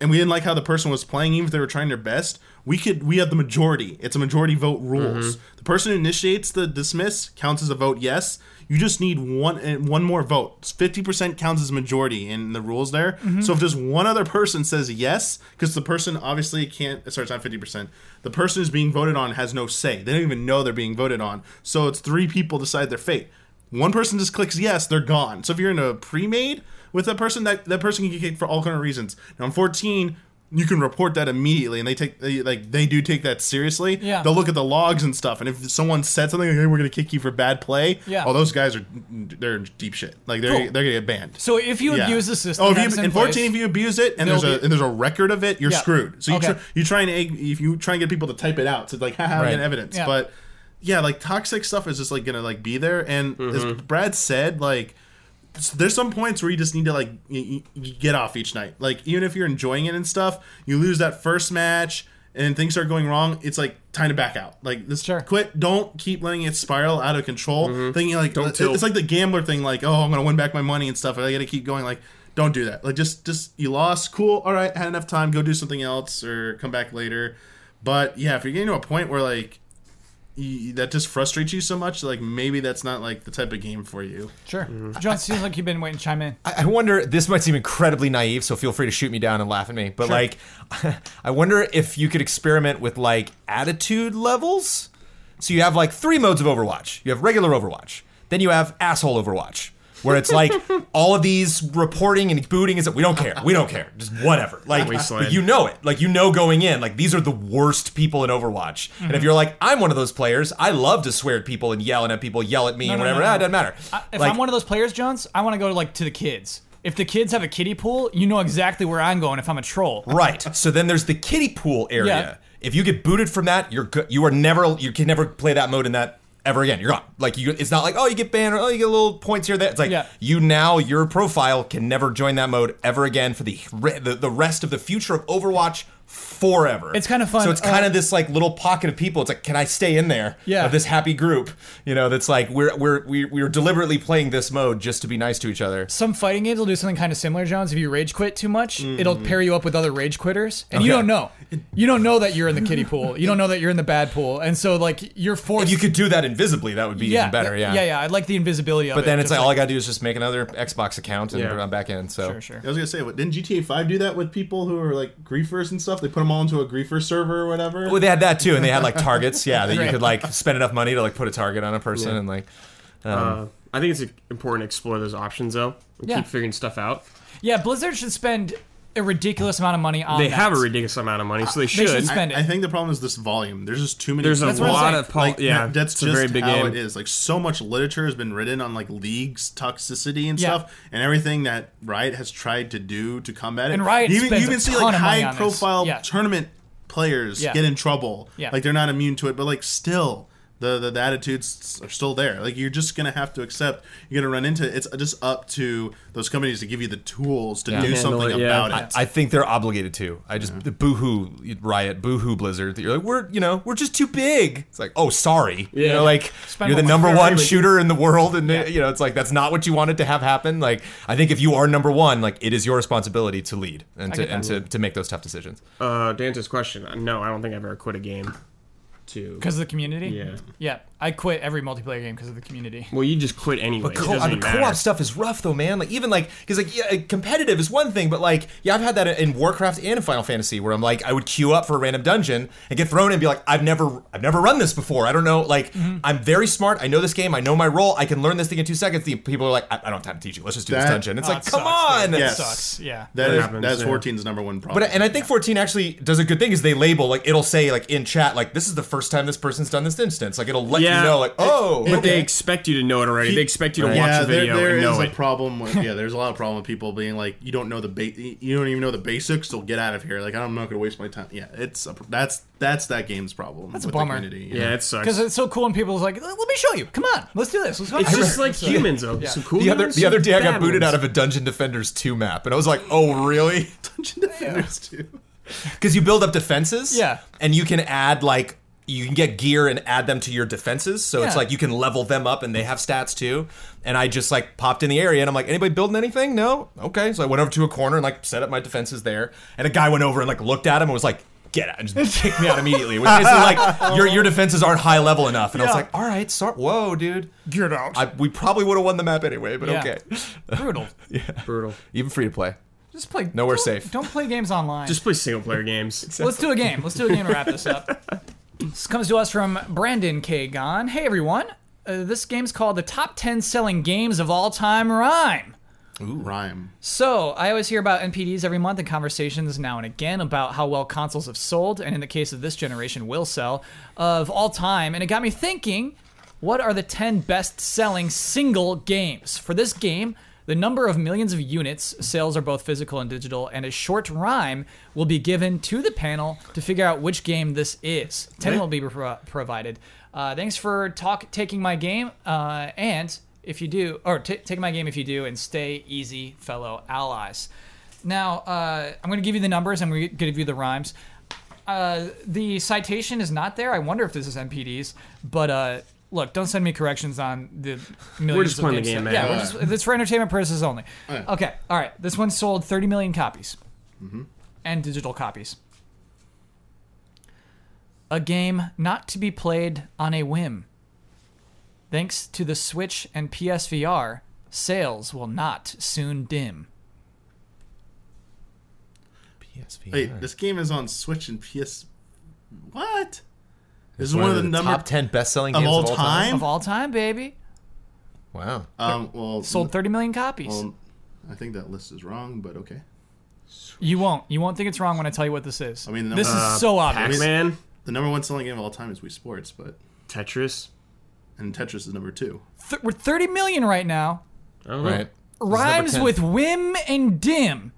and we didn't like how the person was playing, even if they were trying their best, we could we have the majority. It's a majority vote rules. The person who initiates the dismiss counts as a vote yes. You just need one eh, one more vote. Fifty percent counts as majority in the rules there. So if just one other person says yes, because the person obviously can't. Sorry, it's not fifty percent. The person who's being voted on has no say. They don't even know they're being voted on. So it's three people decide their fate one person just clicks yes, they're gone. So if you're in a pre-made with that person, that that person can get kicked for all kind of reasons. Now in 14, you can report that immediately, and they take they, like they do take that seriously. Yeah. they'll look at the logs and stuff, and if someone said something like, "Hey, we're gonna kick you for bad play," Yeah. oh, those guys are they're in deep shit. Like they're Cool. they're gonna get banned. So if you Yeah. abuse the system, Oh, if that's you, in in fourteen, if place- you abuse it and there's There'll a be- and there's a record of it, you're Yeah. screwed. So you Okay. try, you try and egg- if you try and get people to type it out, so it's like haha, we Right. got evidence. Yeah. But yeah, like toxic stuff is just like gonna like be there. And as Brad said, like s- there's some points where you just need to like y- y- y- get off each night. Like even if you're enjoying it and stuff, you lose that first match and things start going wrong. It's like time to back out. Like this, Sure. quit. Don't keep letting it spiral out of control. Thinking like Don't it's tilt. like the gambler thing. Like oh, I'm gonna win back my money and stuff. And I gotta keep going. Like don't do that. Like just just you lost. Cool. All right, had enough time. Go do something else or come back later. But yeah, if you're getting to a point where like y that just frustrates you so much, like maybe that's not like the type of game for you. Sure. Mm-hmm. John, seems like you've been waiting to chime in. I I wonder. This might seem incredibly naive, so feel free to shoot me down and laugh at me. But like, I wonder if you could experiment with like attitude levels. So you have like three modes of Overwatch. You have regular Overwatch. Then you have asshole Overwatch, where it's like all of these reporting and booting is that we don't care. We don't care. Just whatever. Like Wasteland. but you know it. Like you know going in. Like these are the worst people in Overwatch. And if Mm-hmm. you're like, I'm one of those players. I love to swear at people and yell and have people yell at me and no, whatever. no, Ah, no. it doesn't matter. If Like, I'm one of those players, Jones, I want to go to like to the kids. If the kids have a kiddie pool, you know exactly where I'm going if I'm a troll. Right. So then there's the kiddie pool area. Yeah. If you get booted from that, you're go- you are never you can never play that mode in that ever again. You're gone. Like you, it's not like oh you get banned or oh you get little points here or there. It's like Yeah. you now your profile can never join that mode ever again for the re- the, the rest of the future of Overwatch forever. It's kind of fun. So it's Uh, kind of this like little pocket of people. It's like can I stay in there? Yeah. Of this happy group, you know, that's like we're we're we- we're deliberately playing this mode just to be nice to each other. Some fighting games will do something kind of similar, Jones. If you rage quit too much, it'll pair you up with other rage quitters, and you Mm. Okay. don't know. You don't know that you're in the kiddie pool. You don't know that you're in the bad pool, and so like you're forced. If you could do that invisibly, that would be yeah, even better. yeah, yeah. I like the invisibility of it. But then it's just like, oh, all I gotta do is just make another Xbox account and Yeah. I'm back in. So sure, sure. I was gonna say, what, didn't GTA Five do that with people who were like griefers and stuff? They put them all into a griefer server or whatever. Well, they had that too, and they had like targets. Yeah, that you Right. could like spend enough money to like put a target on a person Yeah. and like. Uh, I think it's important to explore those options though. And Yeah. Keep figuring stuff out. Yeah, Blizzard should spend a ridiculous amount of money on. They that. have a ridiculous amount of money, so they should. should I, spend it. I think the problem is this volume. There's just too many. There's a what I'm lot saying. of pol- like, yeah. that's it's just a very big how game. it is. Like so much literature has been written on like leagues toxicity and Yeah. stuff, and everything that Riot has tried to do to combat it. And Riot you, even- spends you a can see ton like of money on high this. profile Yeah. tournament players Yeah. get in trouble. Yeah. like they're not immune to it, but like still. The, the, the attitudes are still there. Like you're just gonna have to accept. You're gonna run into it. It's just up to those companies to give you the tools to do Handle something it, yeah. about it. I think they're obligated to. I just the boohoo riot, boohoo blizzard. That you're like we're you know we're just too big. It's like oh sorry, you Yeah. know like Spend you're the more number money. one Really. shooter in the world, and uh, you know it's like that's not what you wanted to have happen. Like I think if you are number one, like it is your responsibility to lead and to get and to, that. to make those tough decisions. Uh, to answer his question, uh, no, I don't think I've ever quit a game. To because of the community. Yeah. yeah. I quit every multiplayer game because of the community. well, you just quit anyway. But it co- I doesn't mean, even co-op matter. stuff is rough though, man. Like even like because like yeah, competitive is one thing, but like yeah, I've had that in Warcraft and in Final Fantasy where I'm like I would queue up for a random dungeon and get thrown in and be like I've never I've never run this before. I don't know. Like Mm-hmm. I'm very smart. I know this game. I know my role. I can learn this thing in two seconds. The people are like I, I don't have time to teach you. Let's just do this That- dungeon. It's Oh, like it come sucks, on. though. It Yes. sucks. Yeah. That is happens, that's yeah. 14's number one problem. But and I think 14 actually does a good thing is they label like it'll say like in chat like this is the first time this person's done this instance. Like it'll let Yeah. you know like oh But they okay. expect you to know it already. they expect you to watch yeah, a video there, there and is know a it. problem with yeah. There's a lot of problem with people being like, you don't know the ba- you don't even know the basics, so get out of here. Like I'm not gonna waste my time. Yeah, it's a, that's that's that game's problem. That's a with bummer. The community, yeah, it sucks. Because it's so cool, and people's like, "Let me show you. Come on, let's do this. Let's go." It's out." just like So- humans, though. Some cool the other ones, the other day I bad got booted ones. out of a Dungeon Defenders 2 map and I was like, "Oh, really?" Dungeon Defenders too. Cuz you build up defenses. Yeah. And you can add like you can get gear and add them to your defenses. So it's Yeah. like you can level them up and they have stats too. And I just like popped in the area and I'm like, "Anybody building anything?" No. Okay. So I went over to a corner and like set up my defenses there. And a guy went over and like looked at him and was like, Get out and just kicked me out immediately. Which is like your your defenses aren't high level enough. And I was Yeah. like, all right, sorry. Whoa, dude. Get out. I, we probably would have won the map anyway, but Yeah. okay. brutal. brutal. Even free to play. Just play. Nowhere don't- safe. Don't play games online. Just play single player games. Let's do a game. Let's do a game to wrap this up. This comes to us from Brandon K. Gon. Hey, everyone. Uh, this game's called the Top 10 Selling Games of All Time Rhyme. Rhyme. So, I always hear about NPDs every month in conversations now and again about how well consoles have sold, and in the case of this generation, will sell, of all time. And it got me thinking what are the 10 best selling single games? For this game, the number of millions of units, sales are both physical and digital, and a short rhyme will be given to the panel to figure out which game this is. 10 will be pro- provided. Uh, thanks for talk- taking my game, uh, and if you do, or ta take my game if you do, and stay easy, fellow allies. Now, uh, I'm going to give you the numbers. I'm going to give you the rhymes. Uh, the citation is not there. I wonder if this is NPD's, but uh, look, don't send me corrections on the millions. just of playing the games game, that- man. Yeah, we're just, it's for entertainment purposes only. Okay, all right. This one sold 30 million copies, and digital copies. a game not to be played on a whim. Thanks to the Switch and PSVR, sales will not soon dim. PSVR. Wait, this game is on Switch and PS. What? This is One, one of the, number top ten best-selling of games all of all time. time? Of all time, baby. Wow. Um, well, Sold 30 million copies. well, I think that list is wrong, but okay. you won't. You won't think it's wrong when I tell you what this is. I mean, this uh, is so obvious. Pac-Man, The number one selling game of all time is Wii Sports, but Tetris. and Tetris is number two. Th- we're 30 million right now. I don't know. Right. Rhymes 10. with whim and dim.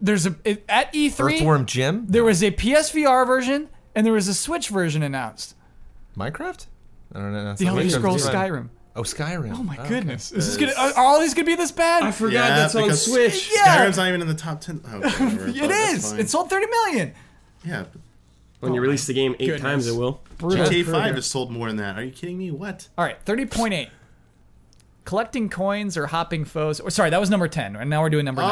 There's a it- at E3 Earthworm Jim. there was a PSVR version and there was a Switch version announced. Minecraft. I don't know. That's The not Elder Minecraft, Scrolls it's Skyrim. Skyrim. Oh, Skyrim. Oh my goodness, is this gonna, are are all these gonna be this I bad? forgot Yeah, that's on because- Switch. Yeah. Skyrim's not even in the top ten. Oh, okay, whatever, It but that's is. fine. It sold 30 million. yeah. but When you release the game eight goodness. times, it will. Brutal. GTA Five has sold more than that. Are you kidding me? What? All right, 30.8. Collecting coins or hopping foes. Or sorry, that was number 10, and now we're doing number nine.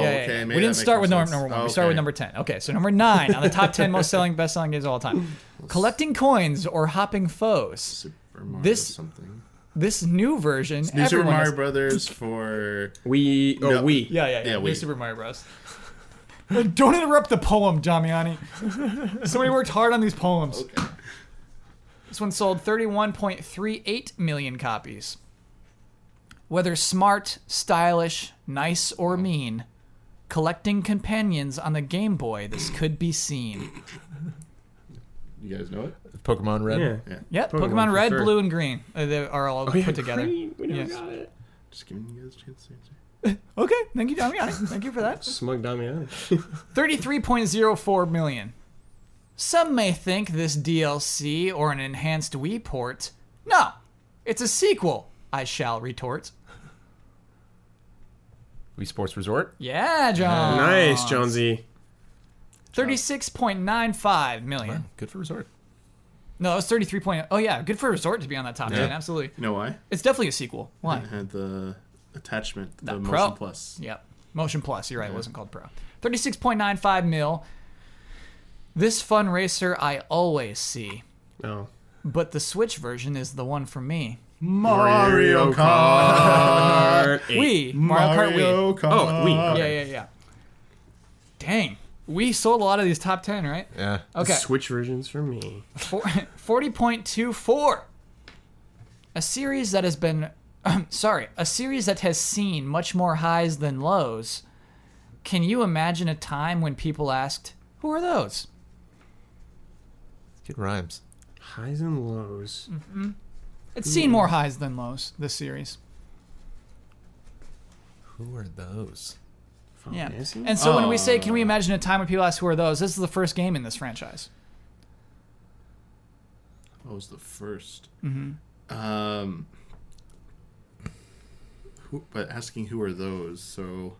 Yeah, yeah, yeah. we okay. maybe that didn't makes start more with sense. number number one. Oh, We started with okay. number ten. Okay, so number nine on the top ten most selling best selling games of all time. Collecting coins or hopping foes. Super Mario This- something. This new version. New Super everyone Mario has- Brothers for We oh No. we Yeah, yeah, yeah. Yeah, new we- Super Mario Bros. Don't interrupt the poem, Damiani. Somebody worked hard on these poems. Okay. This one sold 31.38 million copies. Whether smart, stylish, nice, or mean, collecting companions on the Game Boy, this could be seen. you guys know it. Pokemon Red. yeah. Yeah. Yep, Pokemon Pokemon, Oh, for Red, sure. Oh, Blue, and Green. uh, They are all We had put together. Creed, We never Yes. got it. Just giving you guys a chance to answer. Okay, thank you, Damiani. Thank you for that. Smug Damiani. 33.04 million. Some may think this DLC or an enhanced Wii port. No, it's a sequel, I shall retort. Wii Sports Resort. Yeah, John. Nice, Jonesy. 36.95 million. Good for Resort. No, it was 33. Point, oh, yeah. Good for a resort to be on that top 10. Absolutely. You know why? It's definitely a sequel. Why? I had the attachment, the That Motion Pro. Plus. Yep. Motion Plus. You're right. It wasn't called Pro. 36.95 mil. This fun racer I always see, No. but the Switch version is the one for me. Mario Kart. Wii. Mario Kart Wii. Kart. Oh, Uh, Wii. Yeah, yeah, yeah. Dang. We sold a lot of these top 10, right? Yeah. Okay. Switch versions for me. Four- 40.24 a series that has been sorry a series that has seen much more highs than lows can you imagine a time when people asked who are those Good rhymes. Highs and lows. it's seen more highs than lows this series Who are those? yeah Fantasy? and so when we say can we imagine a time when people ask who are those this is the first game in this franchise What was the 1st Um, who, but asking who are those? So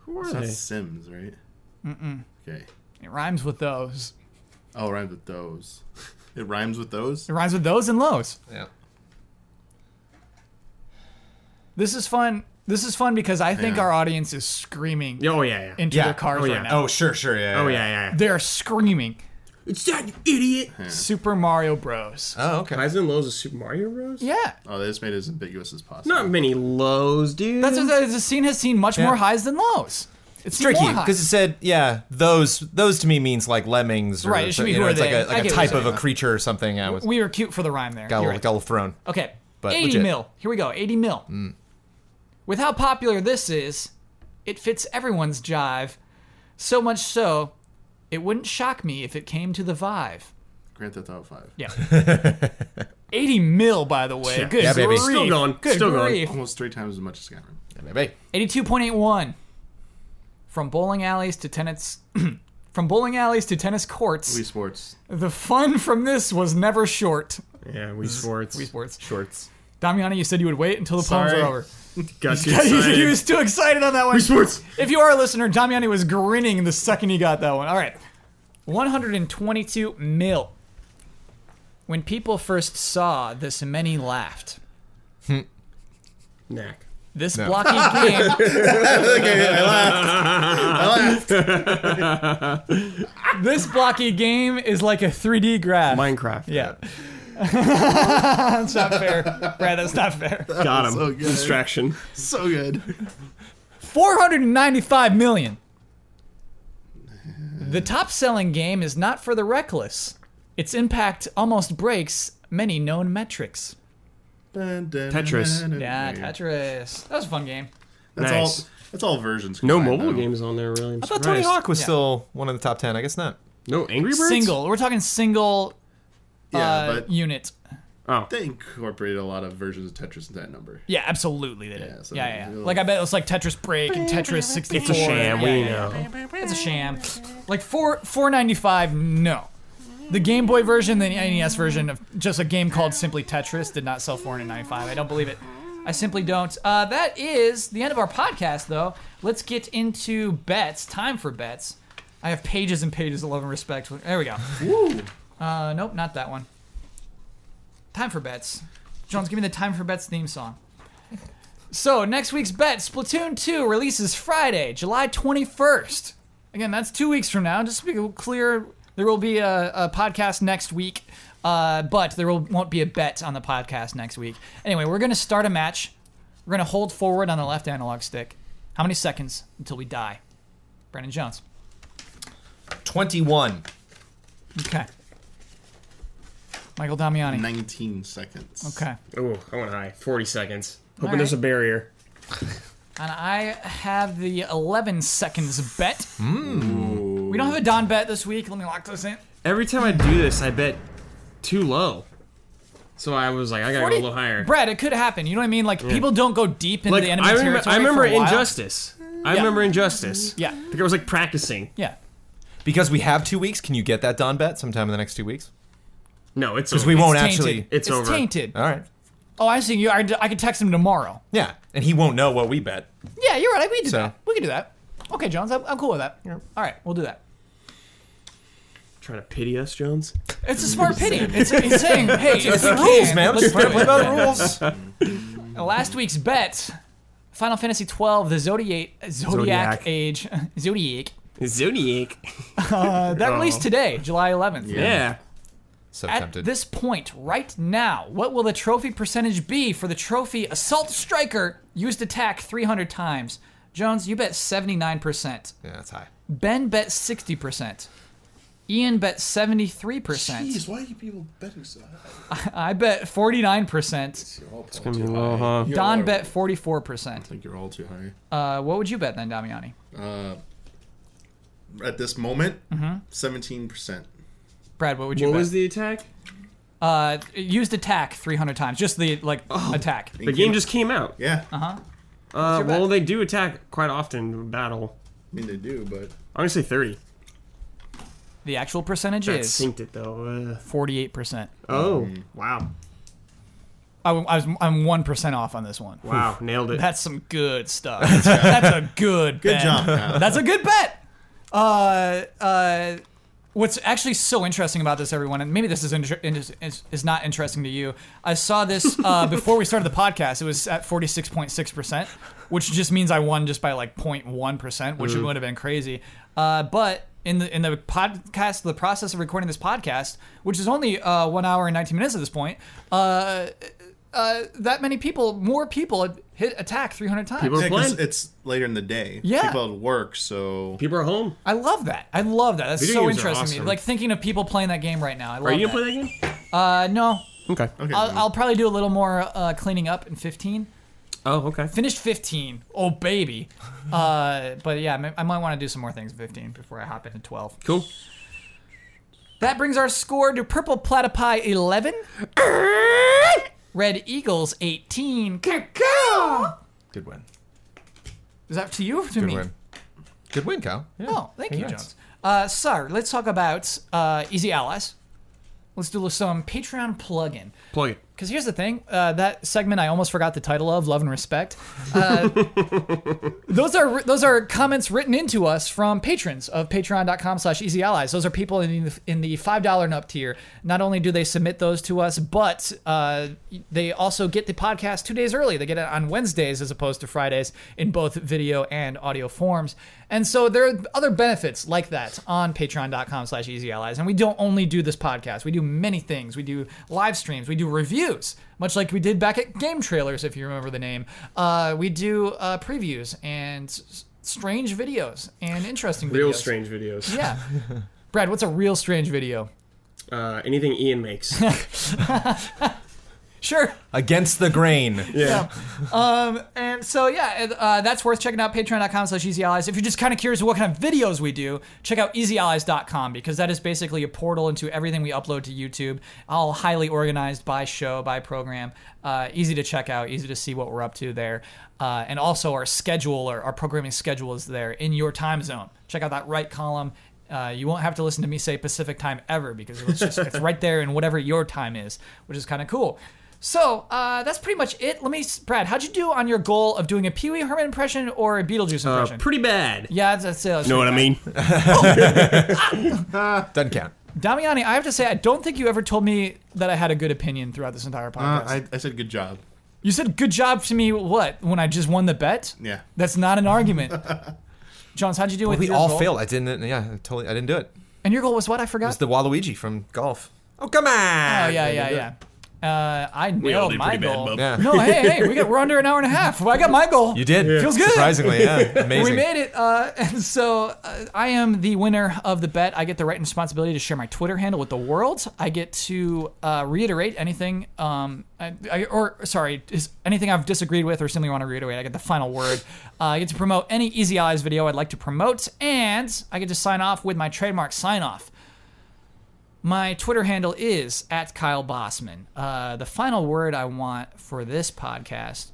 Who are it's not they? Sims, right? Mm-mm. Okay. it rhymes with those Oh, it rhymes with those. It rhymes with those. it rhymes with those and lows Yeah. this is fun this is fun because i think Yeah. our audience is screaming Oh yeah, yeah. into Yeah. their cars Oh, yeah. right now Oh sure, sure, yeah. Oh yeah, yeah. yeah. they're screaming It's that you idiot. Super Mario Bros. Oh okay. Highs and lows of Super Mario Bros. yeah, Oh, they just made it as ambiguous as possible. Not many lows, dude. that's what the, the scene has seen much more highs than lows. It's seen mm-hmm. Tricky more highs. because it said yeah those those to me means like lemmings or Right, it should be you who know, are it's like they. a I like a get what you're type of a creature or something. I was we were cute for the rhyme there. got a You're little, right. got a little thrown. Okay, But 80 legit. Mm. mil. Here we go, 80 mil. With how popular this is, it fits everyone's jive. So much so, it wouldn't shock me if it came to the Vive. Grand Theft Auto Five. Yeah. 80 mil, by the way. Yeah. Good Yeah, baby. grief. Still going, Good still going. grief. Almost three times as much as Skyrim. Maybe. 82.81 from bowling alleys to tennis from bowling alleys to tennis courts Wii Sports. the fun from this was never short yeah, Wii Sports. Wii sports Shorts. damiani you said you would wait until the poems Sorry. were over Got too he excited. was too excited on that one Sports. if you are a listener damiani was grinning the second he got that one all right 122 mil when people first saw this many laughed Knack. This blocking game, okay, I laughed. I laughed. this blocky game is like a 3D graph. Minecraft. yeah, that's not fair, Brad. That's not fair. Got him. So good. Distraction. So good. 495 million. The top selling game is not for the reckless. Its impact almost breaks many known metrics. Tetris. Yeah, Tetris. That was a fun game. That's Nice. all. That's all versions. No combined, mobile though. games on there really. I'm I thought Tony surprised. Hawk was Yeah. still one of the top ten. I guess not. No Angry Birds. Single. We're talking single Yeah, uh, but unit. Oh, they incorporated a lot of versions of Tetris into that number. Yeah, absolutely they did. Yeah, Yeah, so- yeah, yeah. Like I bet it was like Tetris Break and Tetris 64. it's a sham. Yeah, We yeah, know. It's a sham. Like four four ninety five. No, the Game Boy version, the NES version of just a game called simply Tetris did not sell four hundred ninety five. I don't believe it. I simply don't. Uh, that is the end of our podcast, though. Let's get into bets. Time for bets. I have pages and pages of love and respect. There we go. Uh, nope, not that one. Time for bets. Jones, give me the time for bets theme song. So next week's bet, Splatoon 2 releases Friday, July 21st. Again, that's two weeks from now. Just to be clear, there will be a, a podcast next week, uh, but there will, won't be a bet on the podcast next week. Anyway, we're going to start a match. We're going to hold forward on the left analog stick. How many seconds until we die? Brandon Jones. Twenty-one. Okay. Michael Damiani. 19 seconds. Okay. oh, I went high. Forty seconds. Hoping right. there's a barrier. And I have the 11 seconds bet. We don't have a Don bet this week. Let me lock this in. Every time I do this, I bet too low. So I was like, I gotta go a little higher. Brad, it could happen. You know what I mean? Like people don't go deep into Like the enemy I remember, territory. I remember for a while. Injustice. I Yeah. remember Injustice. Yeah, I think I was like practicing. yeah. Because we have two weeks. Can you get that Don bet sometime in the next two weeks? No, it's Because we over. won't tainted. Oh, actually. It's over. tainted. All right. Oh, I see. You, I, I could text him tomorrow. Yeah, and he won't know what we bet. Yeah, you're right. We can do So- that. We can do that. Okay, Jones, I'm, I'm cool with that. All right, we'll do that. Trying to pity us, Jones. It's a smart pity. It's, it's saying, hey, it's the Rules, man. Let's Let's play do it. by the rules. Last week's bet: Final Fantasy XII, the Zodiac, Zodiac, Zodiac. Age, Zodiac. Zodiac. Uh, that released today, July 11th. Oh. Yeah. So At tempted. this point, right now, what will the trophy percentage be for the trophy Assault Striker used attack 300 times? Jones, you bet 79%. yeah, that's high. Ben bet 60%. Ian bet 73%. Jeez, why are you people betting so high? I bet 49%. You're all too low, high. huh? You're Don all- bet I 44%. think you're all too high. Uh, what would you bet then, Damiani? At this moment, 17%. Brad, what would you What bet? was the attack? uh, used attack 300 times. Just the, like, Oh. attack. The game just came out. Yeah. I Uh, your well, bet? they do attack quite often in battle. mean, they do, but. I'm gonna say 30. The actual percentage That is synced it though. 48%. Uh, oh, wow, I, I was, I'm 1% off on this one. wow, nailed it. That's some good stuff. That's, that's a good Good bet. job, Kyle. That's a good bet. Uh, uh, what's actually so interesting about this, everyone, and maybe this is inter- is, is- is not interesting to you. I saw this uh, before we started the podcast. It was at forty six point six percent, which just means I won just by like 0.1 percent, which Mm. would have been crazy. Uh, but in the in the podcast, the process of recording this podcast, which is only uh, one hour and nineteen minutes at this point. Uh, uh, that many people, more people had hit attack 300 times. People- We're Yeah, 'cause playing. it's later in the day. Yeah. People at work, so. People are home. I love that. I love that. That's Video so games are interesting to me. awesome. Like thinking of people playing that game right now. I love Are you that. gonna play that game? Uh, no. Okay. Okay. I'll, I'll probably do a little more uh, cleaning up in 15. Oh, okay. Finished 15. Oh, baby. Uh, but yeah, I might- I might want to do some more things in 15 before I hop into 12. Cool. That brings our score to Purple Platypi 11, Red Eagles 18. Good win. Is that to you or to Good me? win. Good win, Kyle. Yeah. Oh, thank you, Congrats. Jones. Uh, so let's talk about uh, Easy Allies. Let's do some Patreon plug-in. Plug it. Because here's the thing, uh, that segment I almost forgot the title of, love and respect. Uh, those are those are comments written into us from patrons of Patreon.com/slash Easy Allies. Those are people in the, in the five dollar and up tier. Not only do they submit those to us, but uh, they also get the podcast two days early. They get it on Wednesdays as opposed to Fridays in both video and audio forms. And so there are other benefits like that on patreon.com slash easy allies. And we don't only do this podcast. We do many things. We do live streams. We do reviews, much like we did back at Game Trailers, if you remember the name. Uh, we do uh, previews and s- strange videos and interesting videos. Real strange videos. Yeah. Brad, what's a real strange video? Uh, anything Ian makes. Sure. Against the grain. Yeah. Um, and so yeah, and, uh, that's worth checking out. Patreon.com slash Easy Allies. If you're just kind of curious what kind of videos we do, check out EasyAllies.com because that is basically a portal into everything we upload to YouTube. All highly organized by show, by program. Uh, easy to check out, easy to see what we're up to there. Uh, and also our schedule or our programming schedule is there in your time zone. Check out that right column. Uh, you won't have to listen to me say Pacific time ever because it's just it's right there in whatever your time is, which is kind of cool. So uh, that's pretty much it. Let me, Brad, how'd you do on your goal of doing a Pee Wee Herman impression or a Beetlejuice Uh, impression? pretty bad. You yeah, that's, that's, that's know what I mean? Doesn't count. Damiani, I have to say, I don't think you ever told me that I had a good opinion throughout this entire podcast. Uh, I, I said good job. you said good job to me. What when I just won the bet? Yeah. that's not an argument. Johns, how'd you do with We your all goal? failed. I didn't. Yeah, I totally. I didn't do it. And your goal was what? I forgot. It's the Waluigi from golf. Oh come on! Oh yeah, yeah, yeah. Uh, I all nailed did my pretty bad, goal. bub. Yeah. No, hey, hey, we got, we're under an hour and a half. Well, I got my goal. You did. Feels good. Surprisingly, yeah. Amazing. We made it. Uh, and so uh, I am the winner of the bet. I get the right and responsibility to share my Twitter handle with the world. I get to uh, reiterate anything, um, I, I, or sorry, is anything I've disagreed with or simply want to reiterate. I get the final word. Uh, I get to promote any Easy Eyes video I'd like to promote, and I get to sign off with my trademark sign off. My Twitter handle is at Kyle Bossman. Uh, the final word I want for this podcast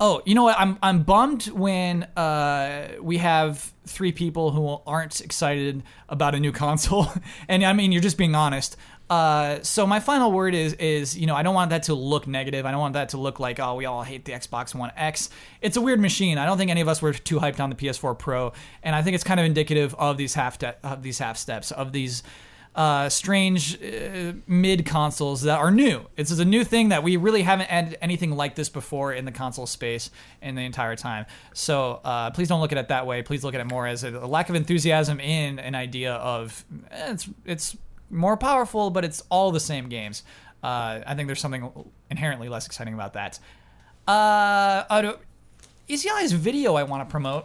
Oh, you know what? I'm I'm bummed when uh, we have three people who aren't excited about a new console, and I mean you're just being honest. Uh, so my final word is is you know I don't want that to look negative. I don't want that to look like oh we all hate the Xbox One X. It's a weird machine. I don't think any of us were too hyped on the PS4 Pro, and I think it's kind of indicative of these half de- of these half steps of these uh, strange uh, mid consoles that are new. This is a new thing that we really haven't had anything like this before in the console space in the entire time. So uh, please don't look at it that way. Please look at it more as a lack of enthusiasm in an idea of eh, it's it's more powerful, but it's all the same games. Uh, I think there's something inherently less exciting about that. Uh, I don't- Easy Eyes video I want to promote.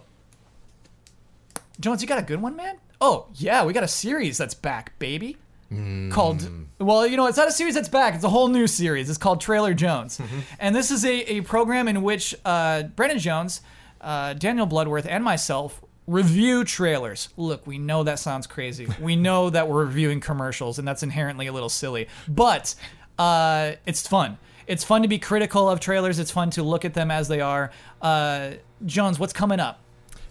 Jones, you got a good one, man? Oh, yeah, we got a series that's back, baby. Called, well, you know, it's not a series that's back. It's a whole new series. It's called Trailer Jones. And this is a, a program in which uh, Brennan Jones, uh, Daniel Bloodworth, and myself review trailers. Look, we know that sounds crazy. we know that we're reviewing commercials, and that's inherently a little silly. But uh, it's fun. It's fun to be critical of trailers. It's fun to look at them as they are. Uh, Jones, what's coming up?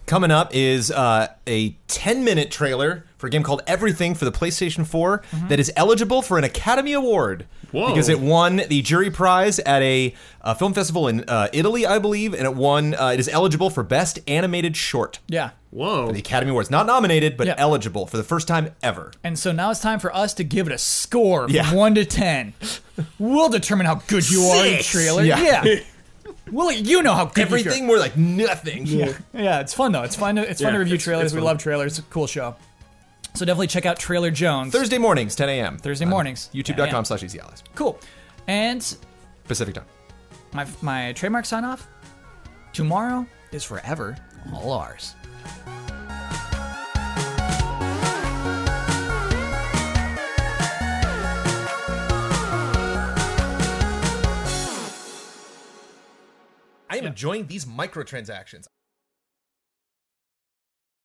Coming up is uh, a 10 minute trailer for a game called Everything for the PlayStation 4 Mm-hmm. that is eligible for an Academy Award Whoa. because it won the jury prize at a, uh film festival in uh, Italy, I believe, and it won. Uh, it is eligible for Best Animated Short. Yeah. Whoa. The Academy Awards, not nominated, but Yeah. eligible for the first time ever. And so now it's time for us to give it a score from Yeah. one to ten. We'll determine how good you are in Six. trailer. Yeah. Yeah. we'll let you know how good Everything You more like nothing. Yeah. are. Yeah, it's fun though. It's fun. To, it's fun to Yeah, review it's- trailers. it's we fun. love trailers. It's a cool show. So definitely check out Trailer Jones Thursday mornings, 10 a.m. Thursday on mornings, 10 a.m. YouTube.com slash Easy Allies. Cool. And Pacific time. my my trademark sign off. Tomorrow is forever. All ours. I am enjoying these microtransactions.